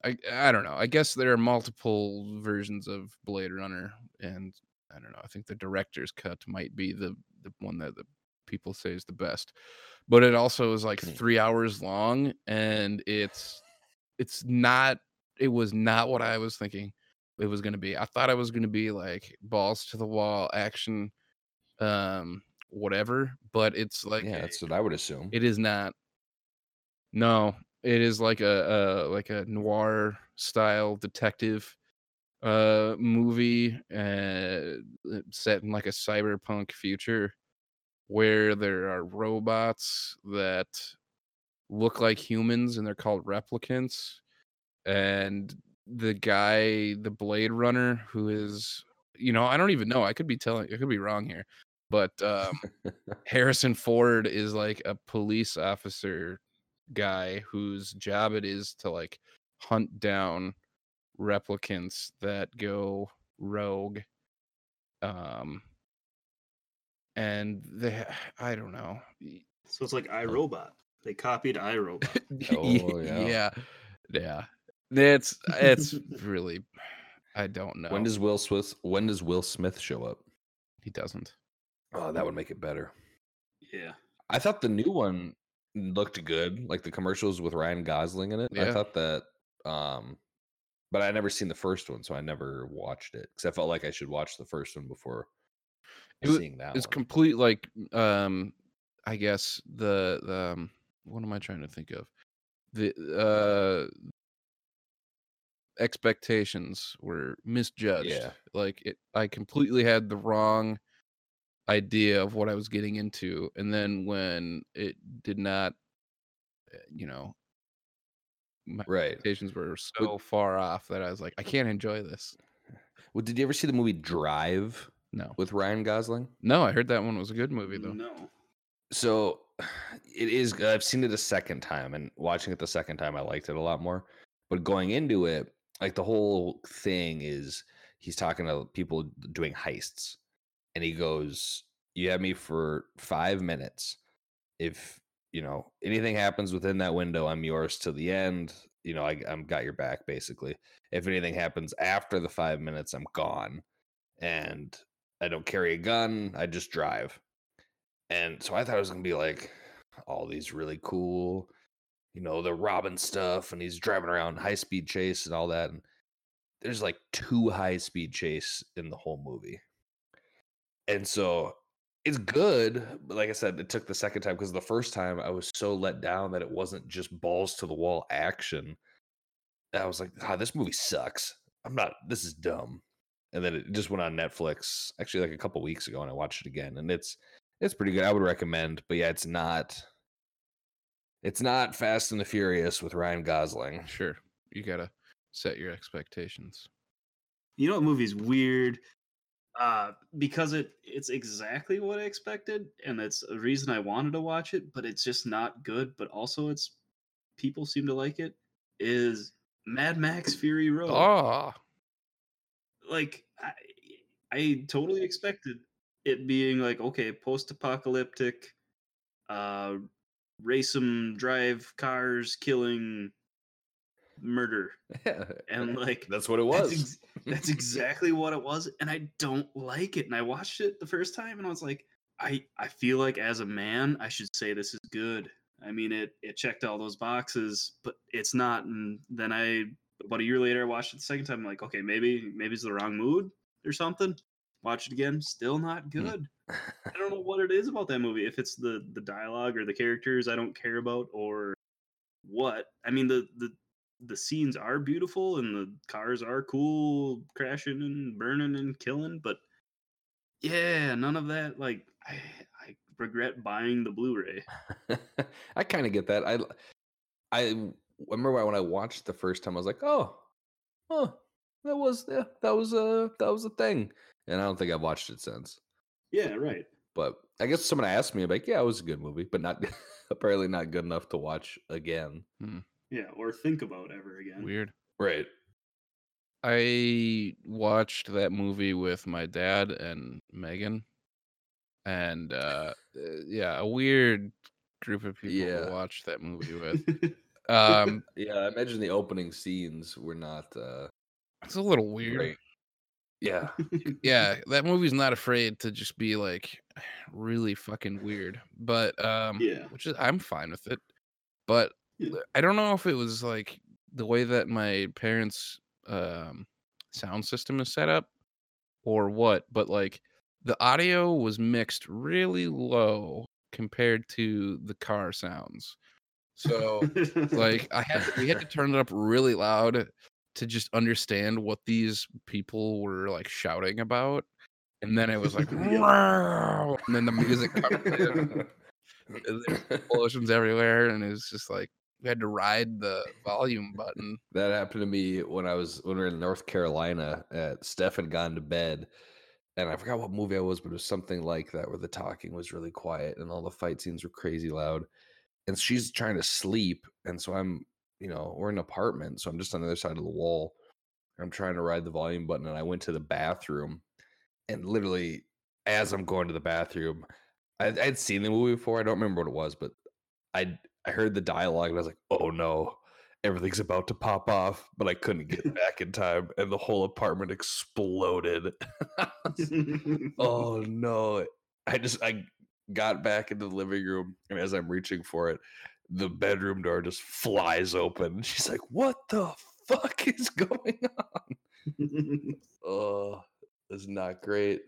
I I don't know. I guess there are multiple versions of Blade Runner, and I don't know. I think the director's cut might be the the one that the people say is the best, but it also is like Hmm. three hours long, and it's it's not. It was not what I was thinking it was going to be. I thought it was going to be like balls to the wall action, um, whatever. But it's like yeah, a- that's what I would assume. it is not. No, it is like a, a like a noir style detective uh movie uh set in like a cyberpunk future where there are robots that look like humans and they're called replicants and the guy the blade runner who is you know i don't even know i could be telling i could be wrong here but um Harrison Ford is like a police officer guy whose job it is to like hunt down replicants that go rogue. Um and they I don't know. Y- So it's like iRobot. They copied iRobot. Oh, yeah. yeah. yeah. That's it's really I don't know. When does Will Smith? When does Will Smith show up? he doesn't. Oh, that would make it better. yeah. I thought the new one looked good, like the commercials with Ryan Gosling in it. I Yeah. thought that, um, but I never seen the first one, so I never watched it because I felt like I should watch the first one before It wa- seeing that. it's one. complete like um i guess the the um, what am i trying to think of the uh expectations were misjudged Yeah. like it i completely had the wrong idea of what i was getting into and then when it did not uh, you know right. expectations were so far off that i was like i can't enjoy this Well, did you ever see the movie Drive no with Ryan Gosling? no i heard that one was a good movie though No. so it is g- i've seen it a second time and watching it the second time i liked it a lot more but going into it like the whole thing is he's talking to people doing heists and he goes you have me for five minutes if you know anything happens within that window i'm yours to the end you know I, i'm got your back basically if anything happens after the five minutes i'm gone and i don't carry a gun i just drive and so I thought it was gonna be like all these really cool, you know, the Robin stuff, and he's driving around high speed chase and all that. And there's like two high speed chase in the whole movie. And so it's good, but like I said, it took the second time because the first time I was so let down that it wasn't just balls to the wall action. And I was like, ah, this movie sucks. I'm not this is dumb. And then it just went on Netflix actually like a couple weeks ago and I watched it again. And it's it's pretty good. I would recommend, but yeah, it's not. It's not Fast and the Furious with Ryan Gosling. sure you gotta set your expectations You know what movie's weird? Uh, because it it's exactly what I expected, and that's a reason I wanted to watch it, but it's just not good, but also it's people seem to like it, is Mad Max Fury Road. Ah, Like I I totally expected it being like, okay, post apocalyptic, uh race 'em, drive cars, killing murder. And like that's what it that's was. ex- That's exactly what it was, and I don't like it. And I watched it the first time, and I was like, I I feel like as a man, I should say this is good. I mean, it it checked all those boxes, but it's not. And then I about a year later, I watched it the second time. I'm like, okay, maybe maybe it's the wrong mood or something. Watch it again, still not good. I don't know what it is about that movie. If it's the the dialogue or the characters I don't care about, or what. I mean, the the the scenes are beautiful and the cars are cool crashing and burning and killing but yeah none of that like i, I regret buying the blu-ray I kind of get that. I, l- I w- remember when I watched it the first time, I was like, oh, oh, that was yeah, that was a that was a thing. And I don't think I've watched it since. yeah right But I guess someone asked me, I'm like, yeah, it was a good movie, but not apparently not good enough to watch again. yeah or think about ever again weird. Right. I watched that movie with my dad and Megan, and uh, uh, yeah, a weird group of people Yeah. to watch that movie with. Um, Yeah, I imagine the opening scenes were not uh it's a little weird. great. Yeah. Yeah, that movie's not afraid to just be like really fucking weird, but um, yeah which is I'm fine with it. But Yeah. I don't know if it was like the way that my parents um sound system is set up or what, but like the audio was mixed really low compared to the car sounds. So Oh, like I had to- we had to turn it up really loud to just understand what these people were like shouting about. And then it was like, Yeah. "Wow," and then the music comes in, and there's explosions everywhere, and it's just like we had to ride the volume button. That happened to me when I was when we were in North Carolina. Uh, Steph had gone to bed, and I forgot what movie I was, but it was something like that where the talking was really quiet and all the fight scenes were crazy loud. And she's trying to sleep, and so I'm, you know, we're in an apartment, so I'm just on the other side of the wall. I'm trying to ride the volume button, and I went to the bathroom, and literally as I'm going to the bathroom, I, I'd seen the movie before. I don't remember what it was, but I I heard the dialogue, and I was like, oh no everything's about to pop off, but I couldn't get back in time, and the whole apartment exploded. oh no! I just I got back into the living room, and as I'm reaching for it, the bedroom door just flies open. She's like, "What the fuck is going on?" Oh, this is not great.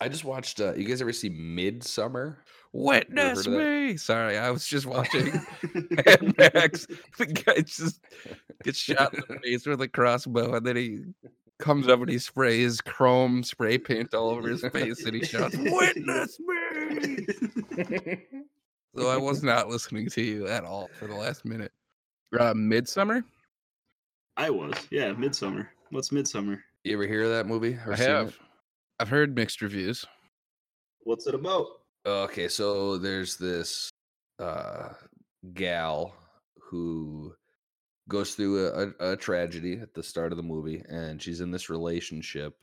I just watched. Uh, you guys ever see Midsummer? Witness of that? me. Sorry, I was just watching Mad Max. The guy just gets shot in the face with a crossbow, and then he comes up and he sprays chrome spray paint all over his face, and he shouts, "Witness me!" So I was not listening to you at all for the last minute. Uh, Midsummer. I was. Yeah, Midsummer. What's Midsummer? You ever hear of that movie? or seen it? I've heard mixed reviews. What's it about? Okay, so there's this uh gal who goes through a, a, a tragedy at the start of the movie and she's in this relationship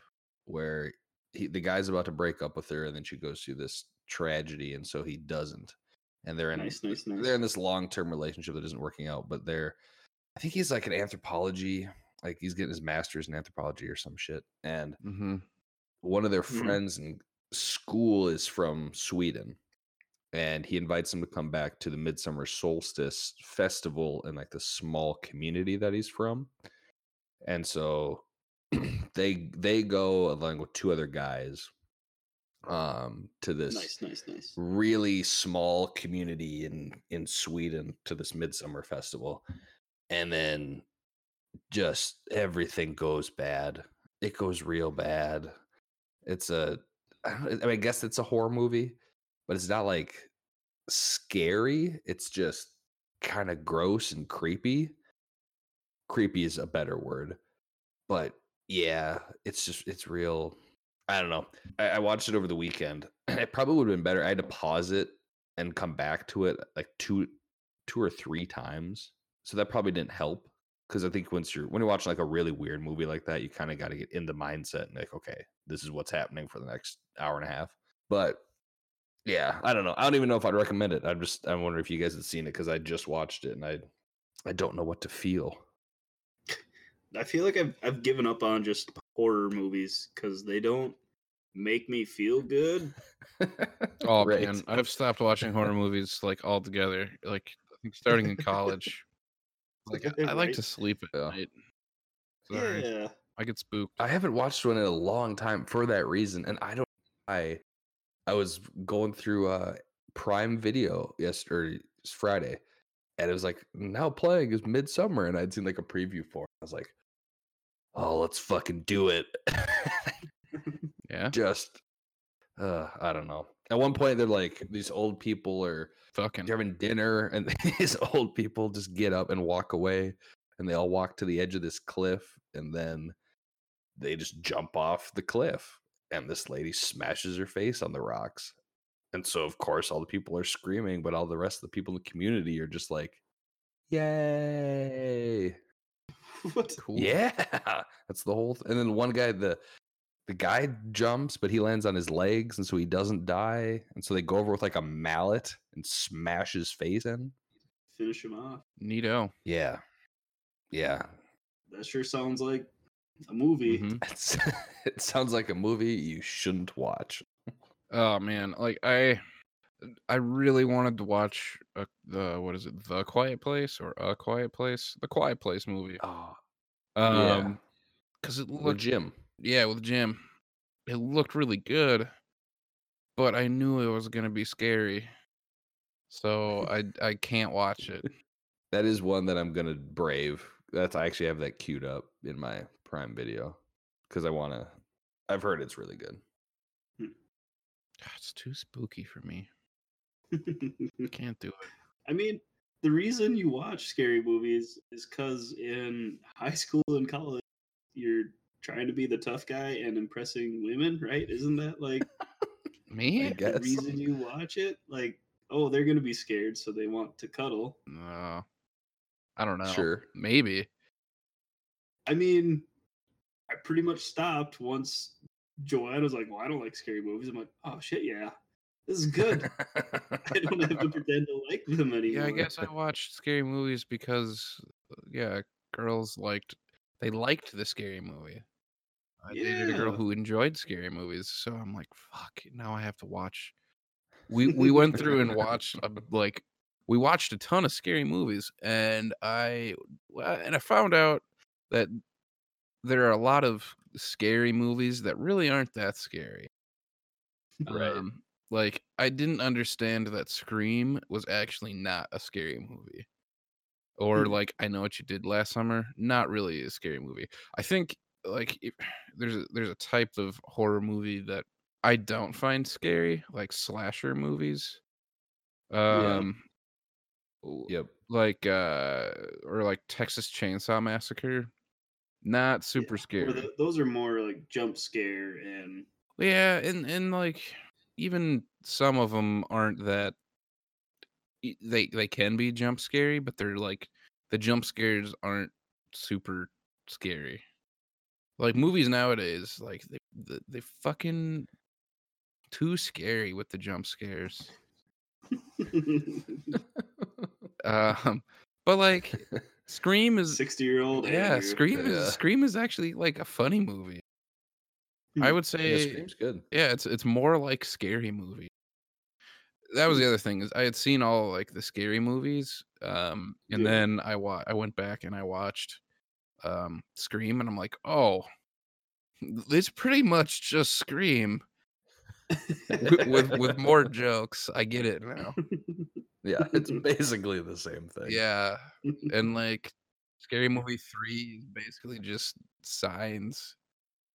where he, the guy's about to break up with her and then she goes through this tragedy and so he doesn't and they're in Nice, nice, nice. they're in this long-term relationship that isn't working out but they're i think he's like an anthropology like he's getting his master's in anthropology or some shit and Mm-hmm. one of their Mhm. friends in school is from Sweden, and he invites him to come back to the Midsummer Solstice festival in like the small community that he's from, and so they they go along with two other guys um to this Nice, nice, nice. really small community in in Sweden to this midsummer festival and then just everything goes bad it goes real bad it's a I, don't, I, mean, I guess it's a horror movie but it's not like scary it's just kind of gross and creepy creepy is a better word but yeah it's just it's real i don't know I, I watched it over the weekend. It probably would have been better. I had to pause it and come back to it like two, two or three times. So that probably didn't help because I think once you're when you're watching like a really weird movie like that, you kind of got to get in the mindset and like, okay, this is what's happening for the next hour and a half. But yeah, I don't know. I don't even know if I'd recommend it. I'm just I wonder if you guys had seen it because I just watched it and I, I don't know what to feel. I feel like I've I've given up on just horror movies because they don't make me feel good. Oh Right. man, I've stopped watching horror movies like altogether. Like I think starting in college, like I, I like Right. to sleep at Yeah. night. Sorry, Yeah. I get spooked. I haven't watched one in a long time for that reason, and I don't. I I was going through uh Prime Video yesterday, Friday, and it was like now playing is Midsummer, and I'd seen like a preview for. it. I was like, oh, let's fucking do it. Yeah, Just, uh, I don't know. At one point, they're like these old people are fucking. they're having dinner, and these old people just get up and walk away, and they all walk to the edge of this cliff, and then they just jump off the cliff, and this lady smashes her face on the rocks, and so of course all the people are screaming, but all the rest of the people in the community are just like, "Yay!" What? Cool. Yeah, that's the whole. Th- and then one guy, the the guy jumps, but he lands on his legs, and so he doesn't die. And so they go over with like a mallet and smash his face in. Finish him off. Neato. Yeah, yeah. That sure sounds like a movie. Mhm. It's, it sounds like a movie you shouldn't watch. Oh man, like I, I really wanted to watch uh the what is it, The Quiet Place or A Quiet Place, the Quiet Place movie. Oh, Um, yeah. because it Or looked Jim. yeah with Jim, it looked really good, but I knew it was gonna be scary, so I I can't watch it. That is one that I'm gonna brave. That's I actually have that queued up in my Prime Video because I want to. I've heard it's really good. God, it's too spooky for me. I I can't do it. mean, the reason you watch scary movies is because in high school and college, you're trying to be the tough guy and impressing women, right? Isn't that like I Me? the guess. reason you watch it? Like, oh, they're gonna be scared, so they want to cuddle. No, I don't know. Sure. Maybe. I mean, I pretty much stopped once Joanne was like, "Well, I don't like scary movies." I'm like, "Oh shit, yeah, this is good. I don't have to pretend to like them anymore." Yeah, I guess I watched scary movies because uh, yeah, girls liked they liked the scary movie. I dated a girl Yeah. who enjoyed scary movies, so I'm like, fuck, now I have to watch. We we went through and watched uh, like we watched a ton of scary movies and I well, and I found out that there are a lot of scary movies that really aren't that scary. Right. Um, like I didn't understand that Scream was actually not a scary movie. Or Hmm. like I know what you did last summer, not really a scary movie. I think like if, there's a, there's a type of horror movie that I don't find scary, like slasher movies. Yeah. Um w- Yep. like uh or like Texas Chainsaw Massacre. Not super Or scary. tho- those are more like jump scare and Yeah, and and like even some of them aren't that e- they they can be jump scary, but they're like the jump scares aren't super scary. Like movies nowadays, like they they, they fucking too scary with the jump scares. Um but like Scream is sixty-year-old. yeah, Andrew. Scream Yeah. is Scream is actually like a funny movie. I Hmm. would Mm-hmm. yeah, say Scream's good. Yeah, it's it's more like scary movie. That Hmm. was the other thing is I had seen all like the scary movies, um, and Yeah. then I wa- I went back and I watched um, Scream, and I'm like, oh, it's pretty much just Scream with, with with more jokes. I get it now. Yeah, it's basically the same thing. Yeah, and like scary movie three is basically just Signs,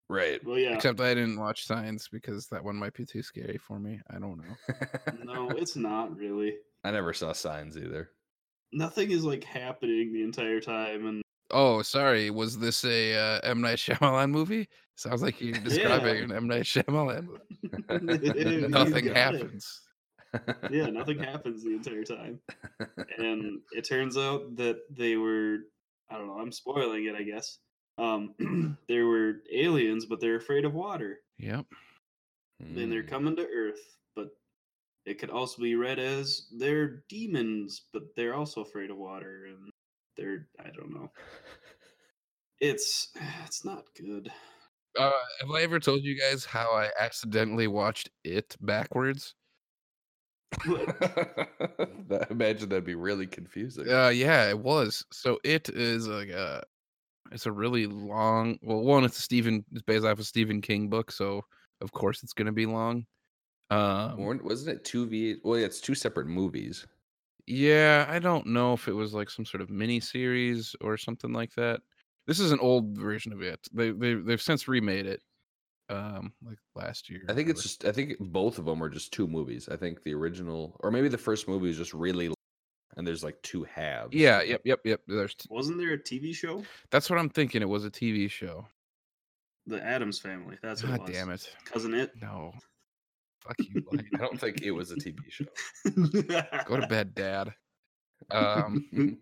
Right. well, yeah. except I didn't watch Signs because that one might be too scary for me. I don't know. No, it's not really. I never saw signs either. Nothing is like happening the entire time, and Oh, sorry. Was this a uh, M Night Shyamalan movie? Sounds like you're describing Yeah. an M Night Shyamalan. movie. You Nothing got it. happens. yeah, nothing happens the entire time. and it turns out that they were i don't know i'm spoiling it i guess um there were aliens but they're afraid of water Yep. and they're Mm. coming to earth but it could also be read as they're demons but they're also afraid of water and they're i don't know it's it's not good Uh, have I ever told you guys how I accidentally watched it backwards? But- That- imagine that'd be really confusing. Uh, yeah, it was. So it is like a, it's a really long. Well, one, it's a Stephen. It's based off a Stephen King book, so of course it's gonna be long. Um, Weren't- Wasn't it two V? Well, yeah, it's two separate movies. Yeah, I don't know if it was like some sort of mini series or something like that. This is an old version of it. They they they've since remade it, um, like last year. I or think it's whatever. just. I think both of them are just two movies. I think the original, or maybe the first movie is just really, long, and there's like two halves. yeah, yep, yep, yep. There's t- wasn't there a tv show that's what I'm thinking. It was a TV show. the adams family that's what God it was damn it! cousin it No, fuck you. Blaine. I don't think it was a TV show. Go Oh, to bed, Dad. Um. Mm-hmm.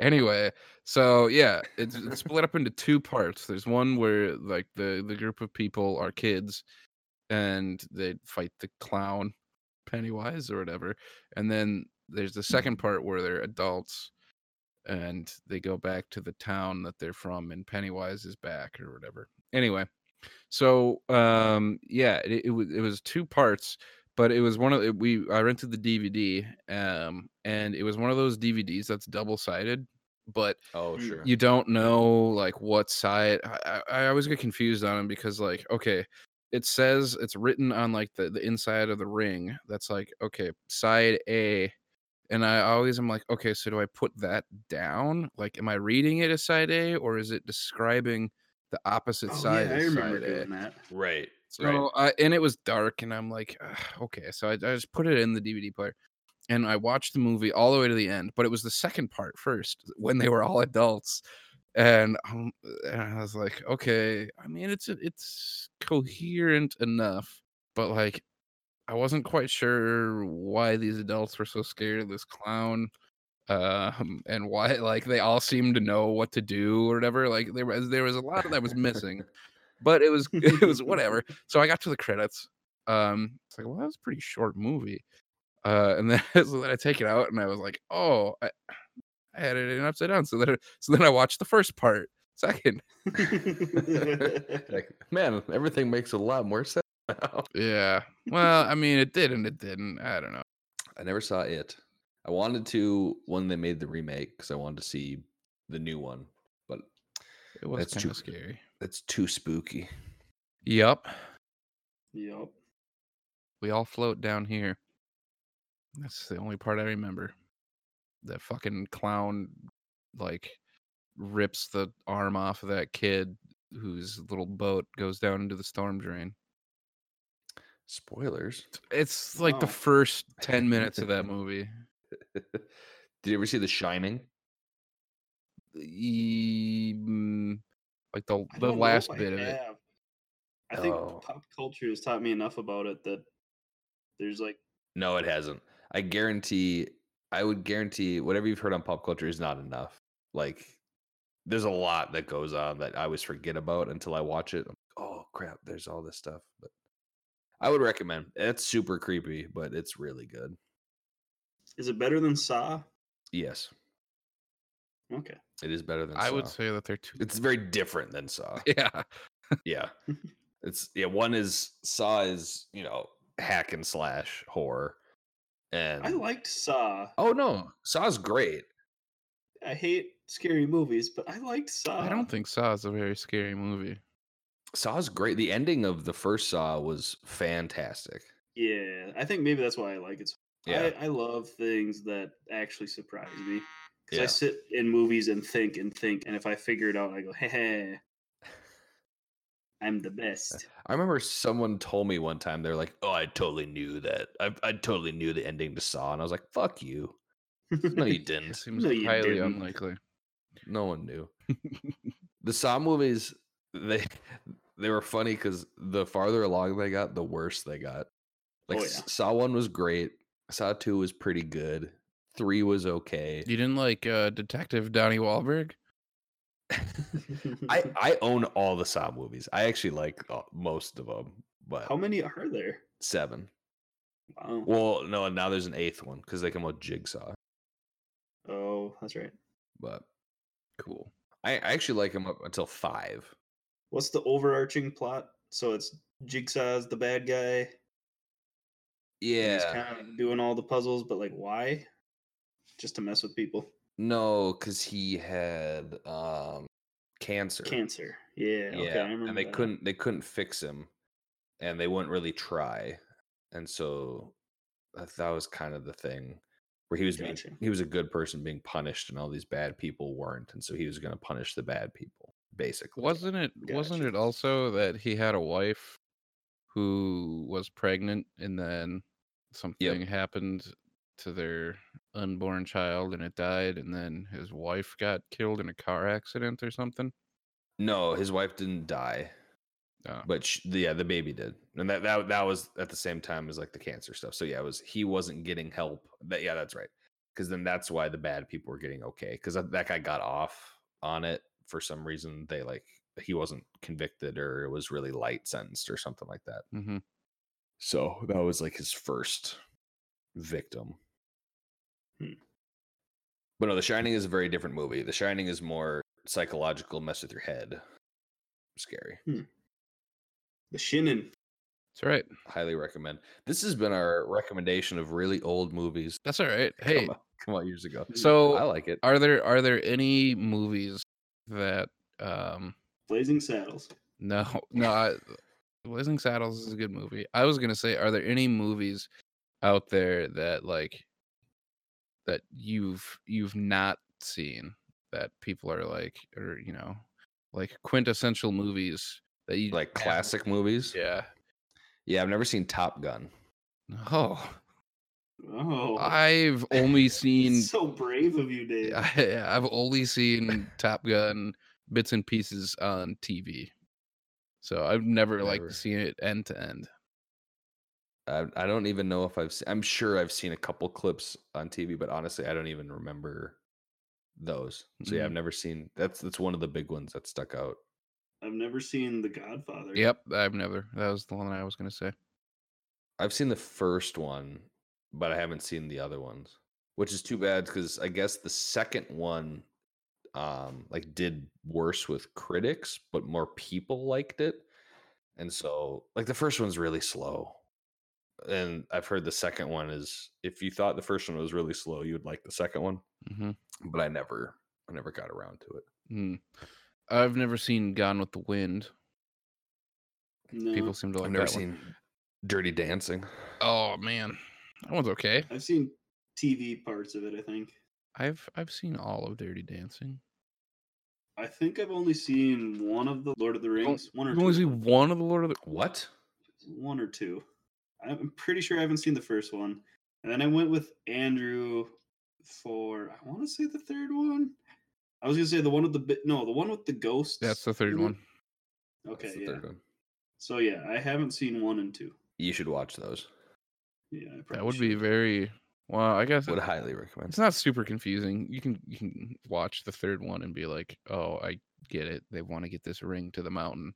anyway so yeah it's, it's split up into two parts there's one where like the the group of people are kids and they fight the clown pennywise or whatever and then there's the second part where they're adults and they go back to the town that they're from and pennywise is back or whatever anyway so um yeah it, it, was, it was two parts but it was one of we i rented the dvd um and it was one of those dvds that's double sided but Oh, Mm. sure. you don't know like what side I, I I always get confused on him because like okay it says it's written on like the, the inside of the ring that's like okay side a and i always am like okay so do i put that down like am i reading it as side a or is it describing the opposite Oh, side yeah, I as remember side a doing that. right. so uh, I, and it was dark, and I'm like, "Ugh, okay. So I, I just put it in the DVD player, and I watched the movie all the way to the end. But it was the second part first when they were all adults, and, um, and I was like, okay. I mean, it's it's coherent enough, but like, I wasn't quite sure why these adults were so scared of this clown. Um and why like they all seemed to know what to do or whatever like there was there was a lot that was missing but it was it was whatever. So I got to the credits. Um, it's like, well, that was a pretty short movie. Uh, and then so then I take it out, and I was like, oh, I, I had it in upside down. So then I- so then I watched the first part, second. Like, man, everything makes a lot more sense now. Yeah. Well, I mean, it did and it didn't. I don't know. I never saw it. I wanted to when they made the remake because I wanted to see the new one, but It was That's kind of true. scary. that's too spooky. Yup. yep. We all float down here. That's the only part I remember. That fucking clown, like, rips the arm off of that kid whose little boat goes down into the storm drain. Spoilers. It's like the Wow. first 10 minutes of that movie. Did you ever see The Shining? E- mm, like I the, the don't know last if I bit of it. have. I think Oh. pop culture has taught me enough about it that there's like No, it hasn't. I guarantee. I would guarantee whatever you've heard on pop culture is not enough. Like, there's a lot that goes on that I always forget about until I watch it. I'm like, oh crap, there's all this stuff. But I would recommend. It's super creepy, but it's really good. is it better than Saw? Yes, Okay. it is better than. I would Saw. say that they're two. it's very different than Saw. Yeah. yeah, it's yeah. One is Saw is you know hack and slash horror, and I liked Saw. oh no, Saw's great. I hate scary movies, but I liked Saw. I don't think Saw is a very scary movie. Saw's great. The ending of the first Saw was fantastic. Yeah, I think maybe that's why I like it. so- Yeah. I, I love things that actually surprise me. Because Yeah. I sit in movies and think and think, and if I figure it out, I go, hey, hey I'm the best. I remember someone told me one time they're like, "Oh, I totally knew that. I, I totally knew the ending to Saw," and I was like, "Fuck you! No, you It didn't. seems No, you highly didn't. unlikely. No one knew." the Saw movies, they they were funny because the farther along they got, the worse they got. Like Oh, yeah. S- Saw one was great, Saw two was pretty good, three was okay. You didn't like uh, Detective Donnie Wahlberg? I uh I own all the Saw movies. I actually like uh, most of them, but How many are there? seven. Wow. Well, no, and now there's an eighth one because they come out Jigsaw. oh, that's right. But Cool. I, I actually like them up until five. What's the overarching plot? So it's Jigsaw's the bad guy. and He's kind of doing all the puzzles, but like, why? Just to mess with people. No, because he had um cancer. Cancer. Yeah. Yeah, Okay, I remember and they that. couldn't they couldn't fix him, and they wouldn't really try, and so that, that was kind of the thing where he was being Gotcha. he was a good person being punished, and all these bad people weren't, and so he was going to punish the bad people basically. Wasn't it? Wasn't Gotcha. it also that he had a wife who was pregnant, and then something happened to their unborn child, and it died, and then his wife got killed in a car accident or something? No, his wife didn't die, Oh. but sh the, yeah, the baby did, and that, that that was at the same time as like the cancer stuff. So yeah, it was he wasn't getting help. That yeah, that's right. Because then that's why the bad people were getting okay. Because that, that guy got off on it for some reason. They like he wasn't convicted or it was really light sentenced or something like that. hmm So that was like his first victim. Hmm. But no, The Shining is a very different movie. The Shining is more psychological, mess with your head, scary. The Shinnin. That's all right. Highly recommend. This has been our recommendation of really old movies. That's all right. Hey, come on, come out years ago. So I like it. are there are there any movies that um Blazing Saddles. no no I, Blazing Saddles is a good movie. I was gonna say, are there any movies out there that like that you've you've not seen that people are like or you know like quintessential movies that you Like have- classic movies. Yeah. Yeah. I've never seen Top Gun. Oh, Oh, I've only seen so brave of you, Dave. I, I've only seen Top Gun bits and pieces on TV, so I've never like Never. seen it end to end. I, I don't even know if I've. Se- I'm sure I've seen a couple clips on TV, but honestly, I don't even remember those. So yeah, I've never seen. That's that's one of the big ones that stuck out. I've never seen The Godfather. Yep, I've never. That was the one I was gonna say. I've seen the first one, but I haven't seen the other ones, which is too bad because I guess the second one, um, like did worse with critics, but more people liked it, and so like the first one's really slow, and I've heard the second one is if you thought the first one was really slow, you would like the second one, Mm-hmm. mm. but I never, I never got around to it. I've never seen Gone with the Wind. No, People seem to like I've never that one. seen Dirty Dancing. Oh man, that one's okay. I've seen TV parts of it. I think. I've I've seen all of Dirty Dancing. I think I've only seen one of the Lord of the Rings. One or I've only two. seen one of the Lord of the. What? one or two. I'm pretty sure I haven't seen the first one. And then I went with Andrew for I want to say the third one. I was gonna say the one with the bi- no, the one with the ghosts. That's the third in it? one. That's Okay, the yeah. third one. So yeah, I haven't seen one and two. You should watch those. Yeah, I That probably would be should. very. Well, I guess Would highly recommend. It's not super confusing. You can you can watch the third one and be like, "Oh, I get it. They want to get this ring to the mountain."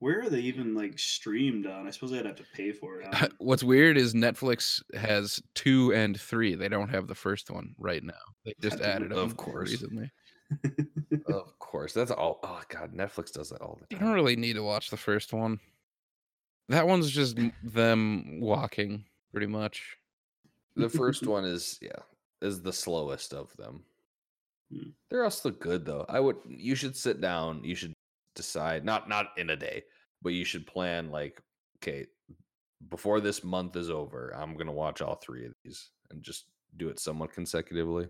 Where are they even like streamed on? I suppose I'd have to pay for it. huh? What's weird is Netflix has 2 and 3. They don't have the first one right now. They just added Of them course. recently. Of course. That's all. Oh God, Netflix does that all the You don't time. really need to watch the first one. That one's just m- them walking pretty much. The first one is yeah, is the slowest of them. Hmm. They're also good though. I would. You should sit down. You should decide. Not not in a day, but you should plan like okay, before this month is over, I'm gonna watch all three of these and just do it somewhat consecutively.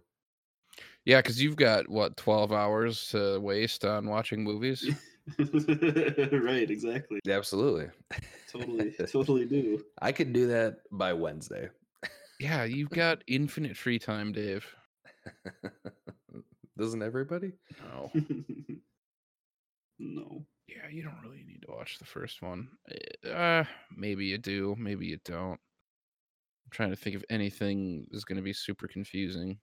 Yeah, cuz you've got what 12 hours to waste on watching movies. right, exactly. Yeah, absolutely. Totally, totally do. I could do that by Wednesday. yeah, you've got infinite free time, Dave. Doesn't everybody? No. no. Yeah, you don't really need to watch the first one. Eh, Uh, maybe you do, maybe you don't. I'm trying to think if anything is going to be super confusing.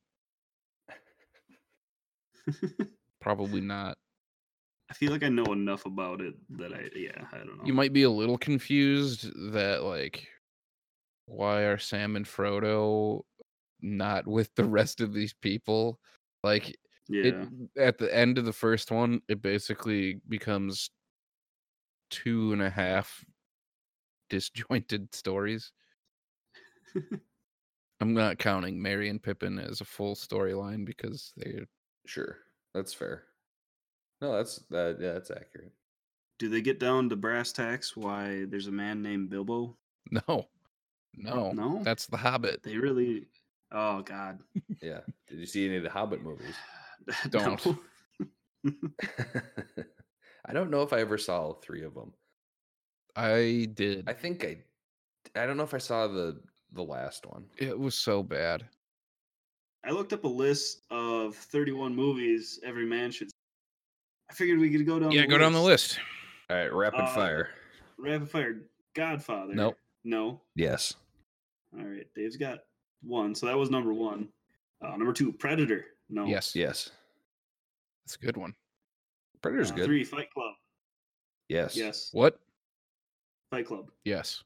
Probably not. I feel like I know enough about it that I yeah, I don't know. You might be a little confused that like why are Sam and Frodo not with the rest of these people? Like yeah. it, at the end of the first one, it basically becomes two and a half disjointed stories. I'm not counting Mary and Pippin as a full storyline because they're Sure, that's fair. No, that's that. yeah, that's accurate. Do they get down to brass tacks why there's a man named Bilbo? no, no, No? That's the Hobbit. They really Oh god. Yeah. Did you see any of the Hobbit movies? Don't. No. I don't know if I ever saw all three of them. I did. I think I. I don't know if I saw the the last one. It was so bad. I looked up a list of 31 movies every man should I figured we could go down yeah, go down the list. All right, rapid Uh, fire. Rapid fire Godfather. Nope. No. Yes. All right. Dave's got one. So that was number 1. Uh, number 2 Predator. No. Yes, Yes. that's a good one. Predator's Uh, good. 3 Fight Club. Yes. Yes. What? Fight Club. Yes.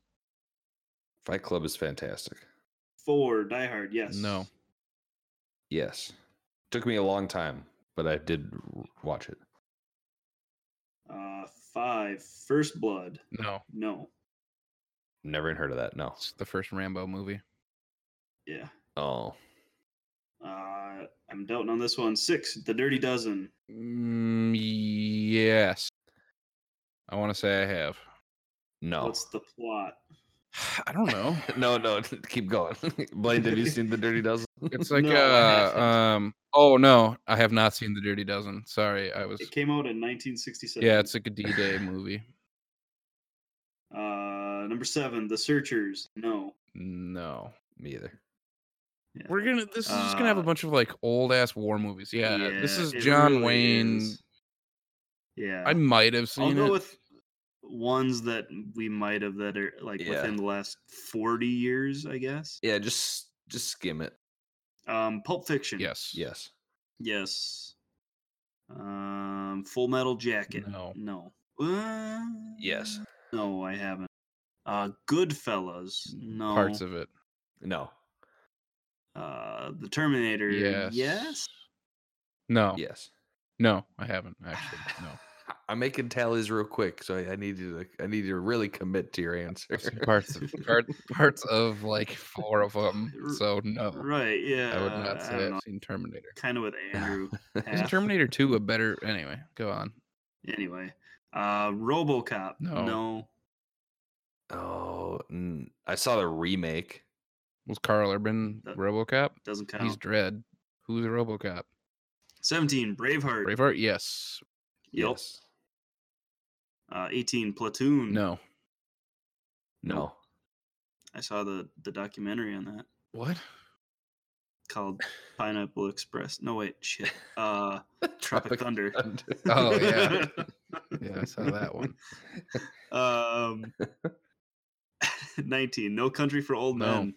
Fight Club is fantastic. 4 Die Hard. Yes. No. Yes. Took me a long time, but I did r- watch it. Uh, 5 First Blood. No. No. Never even heard of that. No. It's the first Rambo movie. Yeah. Oh. Uh, I'm doubting on this one. Six, the Dirty Dozen. Mm, yes. I want to say I have. Oh. No, What's the plot? I don't know. no, no. Keep going. Blaine, have you seen the Dirty Dozen? It's like No, I uh haven't. um oh no, I have not seen The Dirty Dozen. Sorry, I was It came out in 1967. Yeah, it's like a D-Day movie. uh, number seven, The Searchers. No. No. Me either. Yeah. We're gonna this is just gonna have a Uh, bunch of like old ass war movies. Yeah. this Yeah, is it John really Wayne. is. Yeah. I might have I'll seen go it. with ones that we might have that are like Yeah. within the last 40 years, I guess. Yeah, just just skim it. Um, Pulp Fiction. yes. Yes. Yes. Um, Full Metal Jacket. No. No. Uh, Yes. No, I haven't. Uh, Goodfellas. No. Mm, Parts of it. No. uh, The Terminator. Yes. Yes. No. Yes. No, I haven't actually. No. I'm making tallies real quick, so I, I need you to I need you to really commit to your answer. I've seen parts of part, parts of like four of them. R- So no, Right. Yeah. Oh. I would not I say don't know. I've seen Terminator. Kind of with Andrew. Is half. Terminator Two a better? Anyway, go on. Anyway, uh, RoboCop. No. No. Oh, n- I saw the remake. Was Carl Urban That- RoboCop? Doesn't count. He's Dread. Who's RoboCop? Seventeen. Braveheart. Braveheart? Yes. Yep. Yes. Uh, Eighteen. Platoon. No. No. I saw the the documentary on that What? called Pineapple Express. No wait, shit. Uh, Tropic Thunder. Oh, yeah. Yeah, I saw that one. Um, nineteen. No Country for Old No.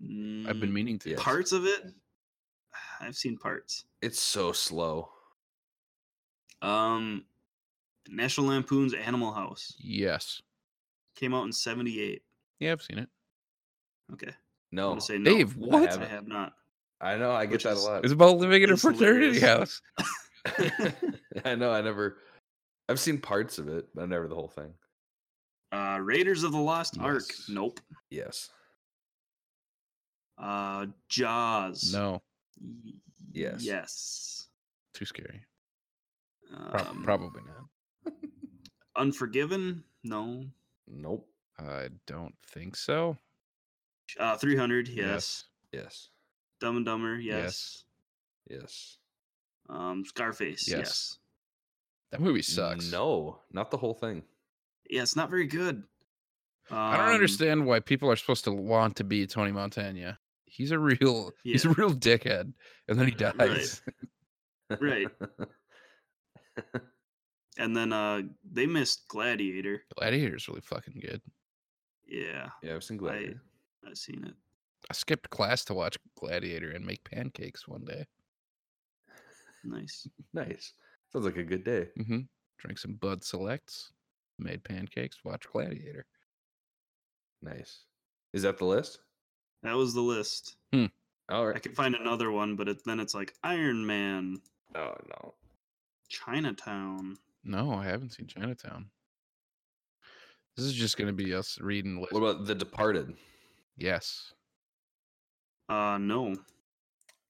Men. I've been Mm, meaning to. Yes. parts of it. I've seen parts. It's so slow. Um, National Lampoon's Animal House Yes. came out in '78. Yeah, I've seen it. Okay, I'm No. gonna say no. Oh, Dave, I what? I haven't. have not. I know. I get Which that is- a lot. It's about living in a It's fraternity hilarious. house. I know. I never. I've seen parts of it, but never the whole thing. Uh, Raiders of the Lost Ark. Yes. Nope. Yes. Uh, Jaws. No, Y- Yes. Yes. too scary. Pro- Um, probably not. Unforgiven. No. Nope. I don't think so. Uh, 300. Yes. Yes. Dumb and Dumber. Yes. Yes. Yes. Um, Scarface. Yes. Yes. That movie sucks. No, not the whole thing. Yeah, it's not very good. Um, I don't understand why people are supposed to want to be Tony Montana. He's a real he's a Yeah. real dickhead. And then he dies. Right. Right. And then uh, they missed Gladiator. Gladiator's really fucking good. Yeah, yeah, I've seen Gladiator. I've seen it. I skipped class to watch Gladiator and make pancakes one day. Nice. Nice. Sounds like a good day. Mm-hmm. Drank some Bud Selects, made pancakes, watched Gladiator. Nice. Is that the list? That was the list. All I right. could find another one, but it, then it's like Iron Man, Oh no. Chinatown. No, I haven't seen Chinatown. This is just going to be us reading lists. What about The Departed? yes. Uh, no.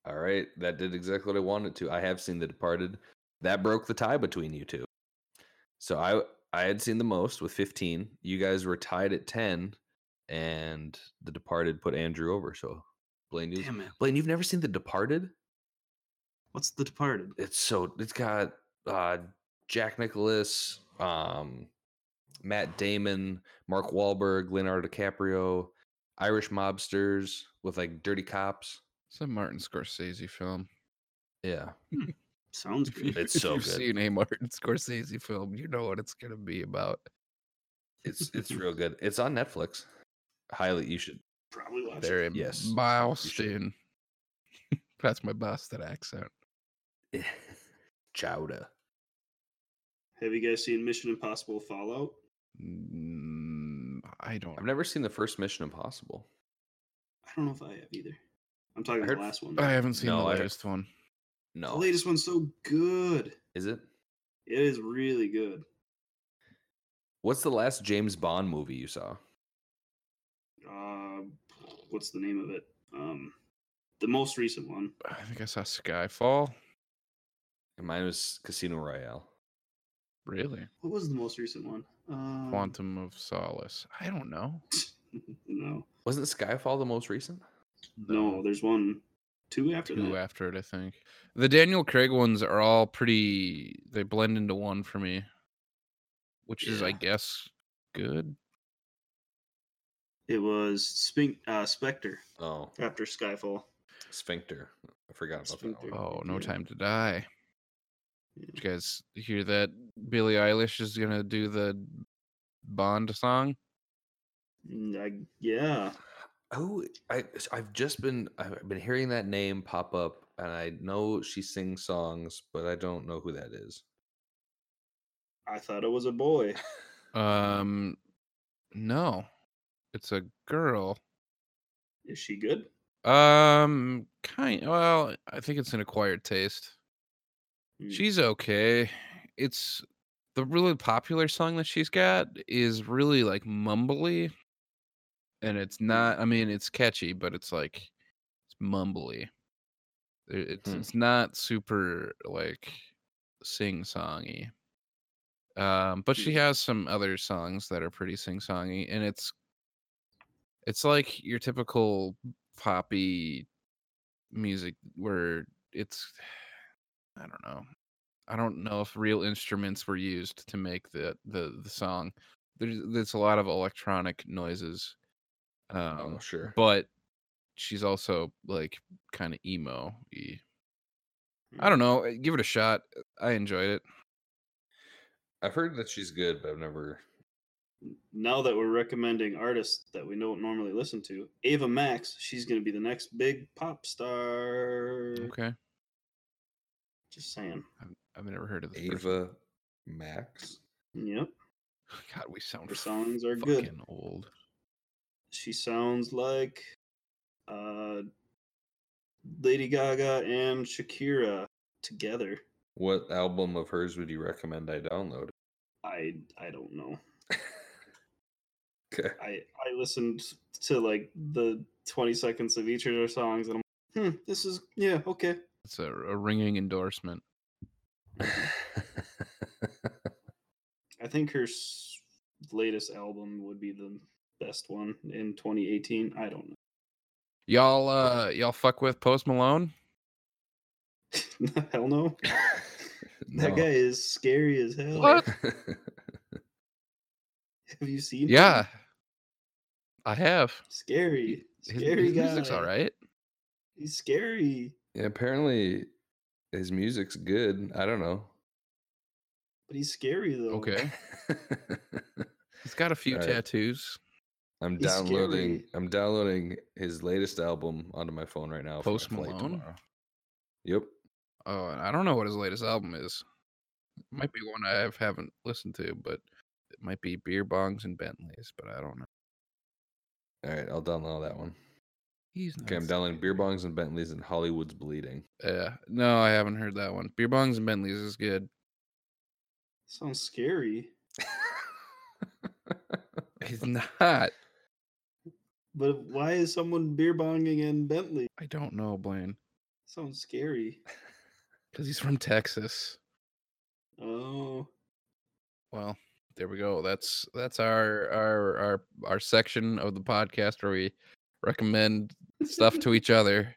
All right, that did exactly what I wanted to. I have seen The Departed. That broke the tie between you two. So I I had seen the most with 15. You guys were tied at 10 and The Departed put Andrew over. So Blaine you Damn it. Blaine, you've never seen The Departed? What's The Departed? It's so it's got uh Jack Nicholas, um Matt Damon, Mark Wahlberg, Leonardo DiCaprio, Irish mobsters with like dirty cops. It's a Martin Scorsese film. Yeah. Sounds If you- good. It's if so you've good. seen a Martin Scorsese film, you know what it's going to be about. It's it's real good. It's on Netflix. Highly, you should. Probably watch They're it. in Yes, you should. Boston. That's my Boston accent. Chowder. Have you guys seen Mission Impossible Fallout? Mm, I don't. I've never seen the first Mission Impossible. I don't know if I have either. I'm talking heard- the last one. I haven't seen No, the I- latest one. the No, latest one's so good. is it? It is really good. What's the last James Bond movie you saw? Uh, what's the name of it? Um, the most recent one. I think I saw Skyfall. And mine was Casino Royale. Really? What was the most recent one? Um, Quantum of Solace. I don't know. No, Wasn't Skyfall the most recent? no. There's one, two after two that. after it, I think. The Daniel Craig ones are all pretty. They blend into one for me, which is, I Yeah. guess, good. It was Spink, uh, Spectre Oh, after Skyfall. Sphincter. I forgot about that Sphincter. one. Oh, no Yeah. time to die. Yeah. Did you guys hear that Billie Eilish is gonna do the Bond song? Mm, I, yeah, Who Oh, I s- I've just been I've been hearing that name pop up, and I know she sings songs, but I don't know who that is. I thought it was a boy. Um, no, it's a girl. Is she good? Um, kind. Well, I think it's an acquired taste. Mm, She's okay. It's the really popular song that she's got is really like mumbly, and it's not. I mean, it's catchy, but it's like it's mumbly. There- It's Hmm. it's not super like sing songy. Um, but she Hmm. has some other songs that are pretty sing songy, and it's it's like your typical poppy music where it's I don't know. I don't know if real instruments were used to make the the, the song. There's there's a lot of electronic noises. Um oh, sure. but she's also like kind of emo. I Mm. don't know. uh, Give it a shot. I enjoyed it. I've heard that she's good, but I've never. Now that we're recommending artists that we don't normally listen to, Ava Max, she's going to be the next big pop star. Okay. Just saying. I've, I've never heard of this person. Ava Max. Yep, God, we sound her songs are fucking good. old. She sounds like uh, Lady Gaga and Shakira together. What album of hers would you recommend I download? I I don't know. Okay. I I listened to like the 20 seconds of each of their songs and I'm like, hmm, this is yeah, okay. It's a, a ringing endorsement. I think her s- latest album would be the best one in 2018. I don't Y'all, uh, y'all fuck with Post Malone? know. hell no. No. That guy is scary as hell. What? Have you seen him? Yeah, I have. Scary. His, Scary his guy. music's all right. He's scary, Yeah, apparently, his music's good. I don't know. but he's scary though. Okay, he's got a few All right. tattoos. I'm He's downloading. scary. I'm downloading his latest album onto my phone right now. for my Post flight Malone? tomorrow. Yep. Oh, and I don't know what his latest album is. It might be one I have- haven't listened to, but it might be Beer Bongs and Bentleys. But I don't know. All right, I'll download that one. He's not Okay, I'm downloading beer bongs and Bentleys and Hollywood's bleeding. Yeah, no, I haven't heard that one. Beer Bongs and Bentleys is good. Sounds scary. It's not. But why is someone beer bonging in Bentley? I don't know, Blaine, Sounds scary. because he's from Texas. Oh, Well, there we go. That's that's our our our our section of the podcast where we recommend stuff to each other.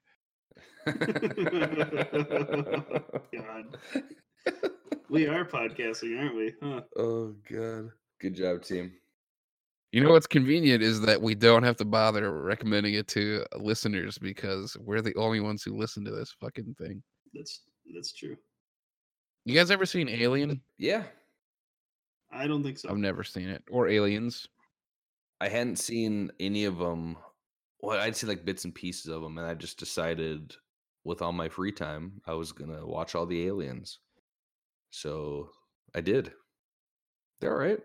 God. we are podcasting, aren't we? Huh. Oh god. Good job, team. You know what's convenient is that we don't have to bother recommending it to listeners because we're the only ones who listen to this fucking thing. That's that's true. You guys ever seen Alien? Yeah, I don't think so. I've never seen it. Or Aliens. I hadn't seen any of them. Well, I'd seen like bits and pieces of them, and I just decided with all my free time I was gonna watch all the aliens. So I did. They're all right.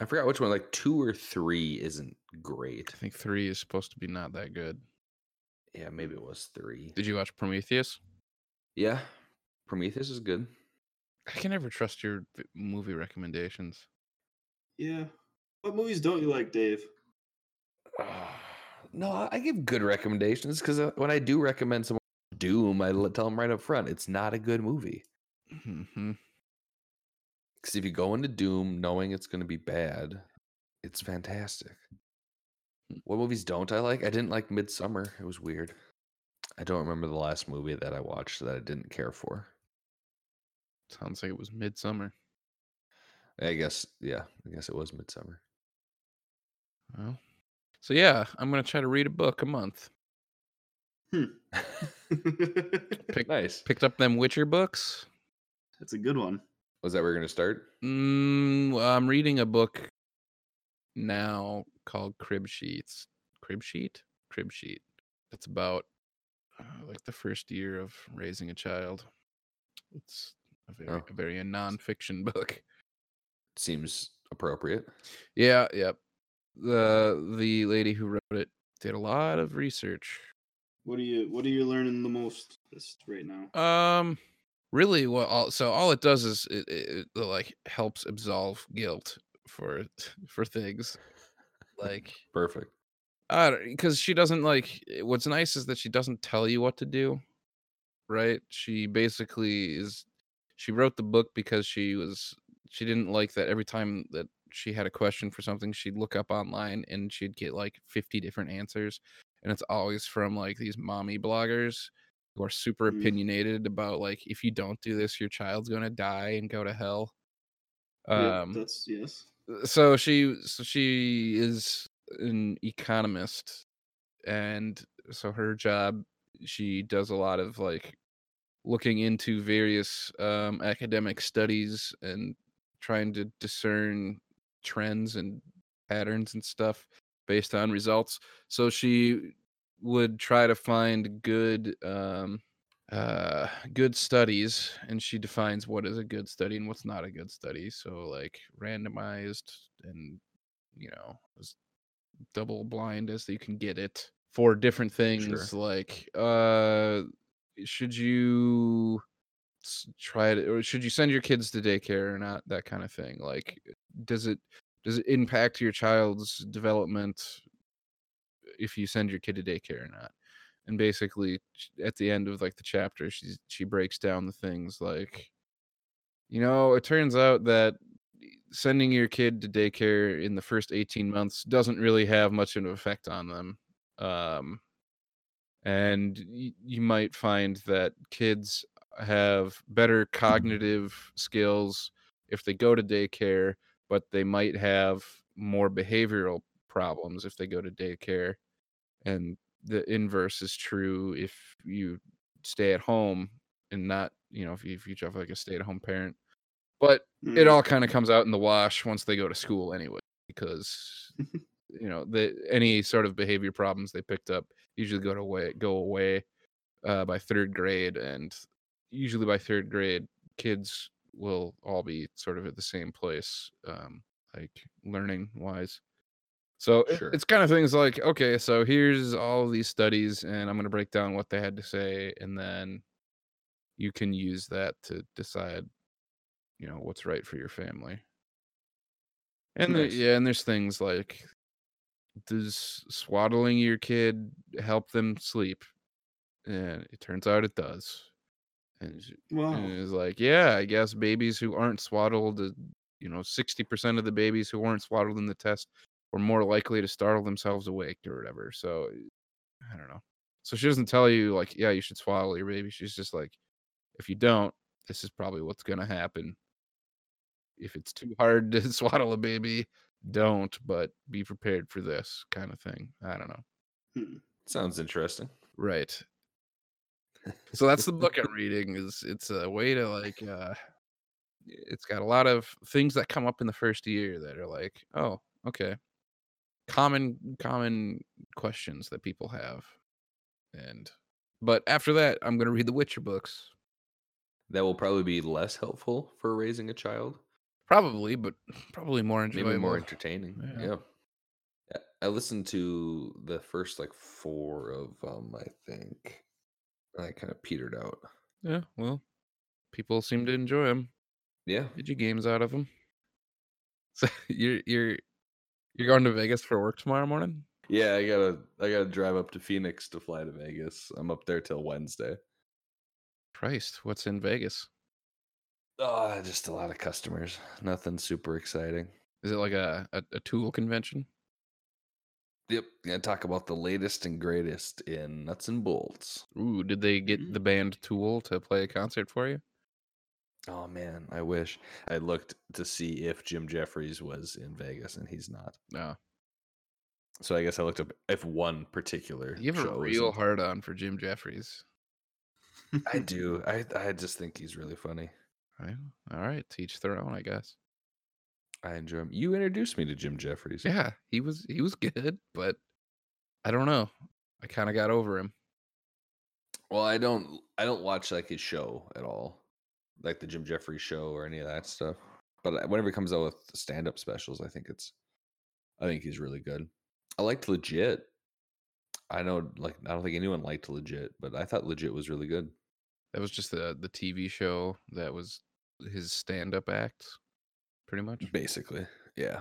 I forgot which one. Like two or three isn't great. I think three is supposed to be not that good. Yeah, maybe it was three. Did you watch Prometheus? Yeah, Prometheus is good. I can never trust your v- movie recommendations. yeah. What movies don't you like, Dave? Ah, No, I- I give good recommendations because when I do recommend someone Doom, I l- tell them right up front it's not a good movie. Mm-hmm. Because if you go into Doom knowing it's going to be bad, it's fantastic. What movies don't I like? I didn't like Midsummer. It was weird. I don't remember the last movie that I watched that I didn't care for. Sounds like it was midsummer. I guess, yeah, I guess it was Midsummer. Well, so yeah, I'm gonna try to read a book a month. Pick- nice. Picked up them Witcher books. That's a good one. Was that where we're going to start? Mm, well, I'm reading a book now called Crib Sheets. Crib Sheet? Crib Sheet. It's about uh, like the first year of raising a child. It's a very, Oh. a very a nonfiction book. Seems appropriate. Yeah, yep. The the lady who wrote it did a lot of research. What are you What are you learning the most this right now? Um, really, what all so all it does is it, it, it like helps absolve guilt for for things like Perfect. because she doesn't like eh, what's nice is that she doesn't tell you what to do right she basically is she wrote the book because she was she didn't like that every time that she had a question for something she'd look up online and she'd get like 50 different answers and it's always from like these mommy bloggers who are super Mm. opinionated about like if you don't do this your child's gonna die and go to hell um yep, that's yes. so she so she is an economist and so her job she does a lot of like looking into various um academic studies and trying to discern trends and patterns and stuff based on results so she would try to find good um uh good studies and she defines what is a good study and what's not a good study so like randomized and you know as double blind as you can get it for different things like uh should you s- try to or should you send your kids to daycare or not that kind of thing like does it does it impact your child's development if you send your kid to daycare or not and basically sh- at the end of like the chapter she's she breaks down the things like you know it turns out that sending your kid to daycare in the first 18 months doesn't really have much of an effect on them um and y- you might find that kids have better cognitive skills if they go to daycare but they might have more behavioral problems if they go to daycare and the inverse is true if you stay at home and not you know if you, if you have like a stay-at-home parent but it Mm. all kind of comes out in the wash once they go to school anyway because you know the any sort of behavior problems they picked up usually go to away go away uh, by third grade and usually by third grade kids will all be sort of at the same place um, like learning wise so it- Sure. it's kind of things like okay so here's all of these studies and i'm going to break down what they had to say and then you can use that to decide you know what's right for your family and the- Nice. yeah and there's things like does swaddling your kid help them sleep and it turns out it does and it's- Wow. and it's like yeah i guess babies who aren't swaddled uh, you know 60% of the babies who weren't swaddled in the test were more likely to startle themselves awake or whatever so i don't know so she doesn't tell you like yeah you should swaddle your baby she's just like if you don't this is probably what's going to happen if it's too hard to swaddle a baby don't but be prepared for this kind of thing i don't know Sounds interesting. right so that's the book i'm reading is it's a way to like uh it's got a lot of things that come up in the first year that are like oh okay common common questions that people have and but after that i'm going to read the witcher books That will probably be less helpful for raising a child. probably but probably more enjoyable maybe more entertaining. Yeah. Yeah. yeah. I listened to the first like four of them, I think. And I kind of petered out. yeah well people seem to enjoy them Yeah. Did you games out of them. So you're you're you're going to Vegas for work tomorrow morning? Yeah, I gotta I gotta drive up to Phoenix to fly to Vegas. I'm up there till Wednesday. Christ, what's in Vegas? Oh, just a lot of customers. Nothing super exciting. Is it like a, a, a tool convention? Yep, gonna talk about the latest and greatest in nuts and bolts. Ooh, did they get Mm. the band Tool to play a concert for you? Oh man, I wish I looked to see if Jim Jeffries was in Vegas, and he's not. No. So I guess I looked up if one particular. You have a show is real in- hard on for Jim Jeffries. I do. I I just think he's really funny. Right? All right, teach their own, I guess. I enjoy him. You introduced me to Jim Jeffries. Yeah, he was he was good, but I don't know. I kind of got over him. Well, I don't I don't watch like his show at all, like the Jim Jeffries show or any of that stuff. But uh, whenever he comes out with stand up specials, I think it's I think he's really good. I liked Legit. I know like I don't think anyone liked Legit, but I thought Legit was really good. That was just the the TV show that was his stand up act, pretty much. Basically, yeah,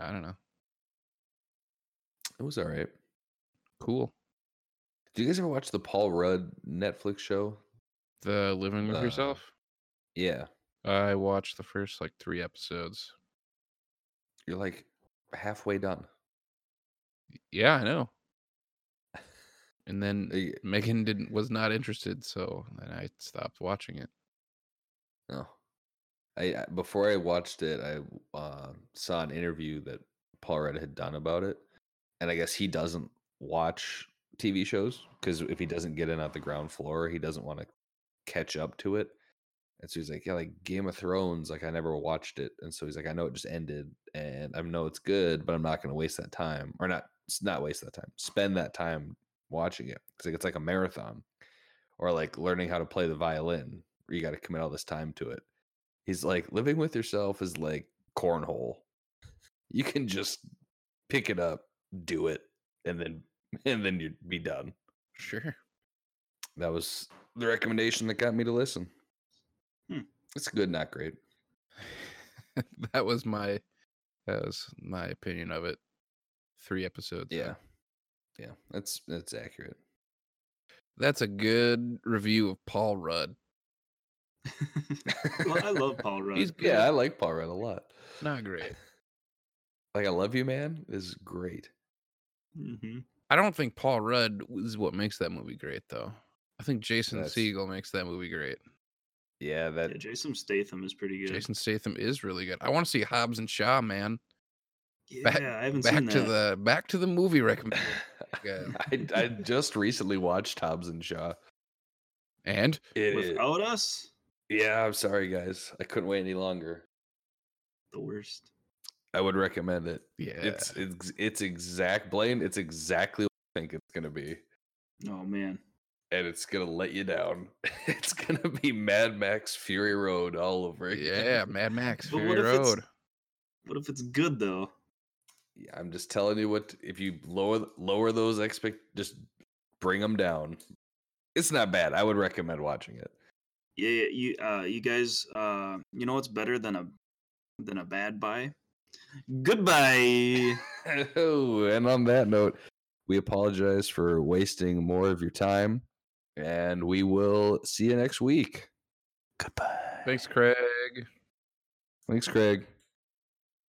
I don't know. it was all right. Cool. Do you guys ever watch the Paul Rudd Netflix show? The living with Uh, yourself. Yeah, I watched the first like three episodes. you're like halfway done. Yeah, I know. And then Are you- Megan didn't was not interested, so then I stopped watching it. No. I I- before I watched it, I uh, saw an interview that Paul Rudd had done about it, and I guess he doesn't watch TV shows because if he doesn't get in on the ground floor, he doesn't want to catch up to it. And so he's like, "Yeah, like Game of Thrones, like I never watched it." And so he's like, "I know it just ended, and I know it's good, but I'm not going to waste that time, or not s- not waste that time, spend that time watching it. It's like it's like a marathon, or like learning how to play the violin. Where you got to commit all this time to it." He's like, living with yourself is like cornhole. You can just pick it up, do it, and then and then you'd be done. Sure. That was the recommendation that got me to listen. Hmm. It's good, not great. that was my that was my opinion of it. Three episodes. in. Yeah. Yeah. That's that's accurate. That's a good review of Paul Rudd. well, I love Paul Rudd. He's Yeah, I good. like Paul Rudd a lot. Not great. Like I love you, man is great. hmm I don't think Paul Rudd is what makes that movie great though. I think Jason That's- Segel makes that movie great. Yeah, that Yeah, Jason Statham is pretty good. Jason Statham is really good. I want to see Hobbs and Shaw, man. yeah, back- I haven't Back seen that. to the back to the movie recommendation. Good. I, I just recently watched Hobbs and Shaw. And It is- Without us, yeah, I'm sorry guys. I couldn't wait any longer. the worst. I would recommend it. yeah, It's it's it's exact Blaine. It's exactly what I think it's gonna be, Oh man, and it's gonna let you down. It's gonna be Mad Max Fury Road all over again. yeah, Mad Max But what Fury if it's- Road. what if it's good though? Yeah, I'm just telling you what. If you lower lower those expect, just bring them down. It's not bad. I would recommend watching it. Yeah, yeah, you uh you guys uh you know what's better than a than a bad buy? Goodbye. Oh, and on that note, we apologize for wasting more of your time, and we will see you next week. Goodbye. Thanks, Craig. Thanks, Craig.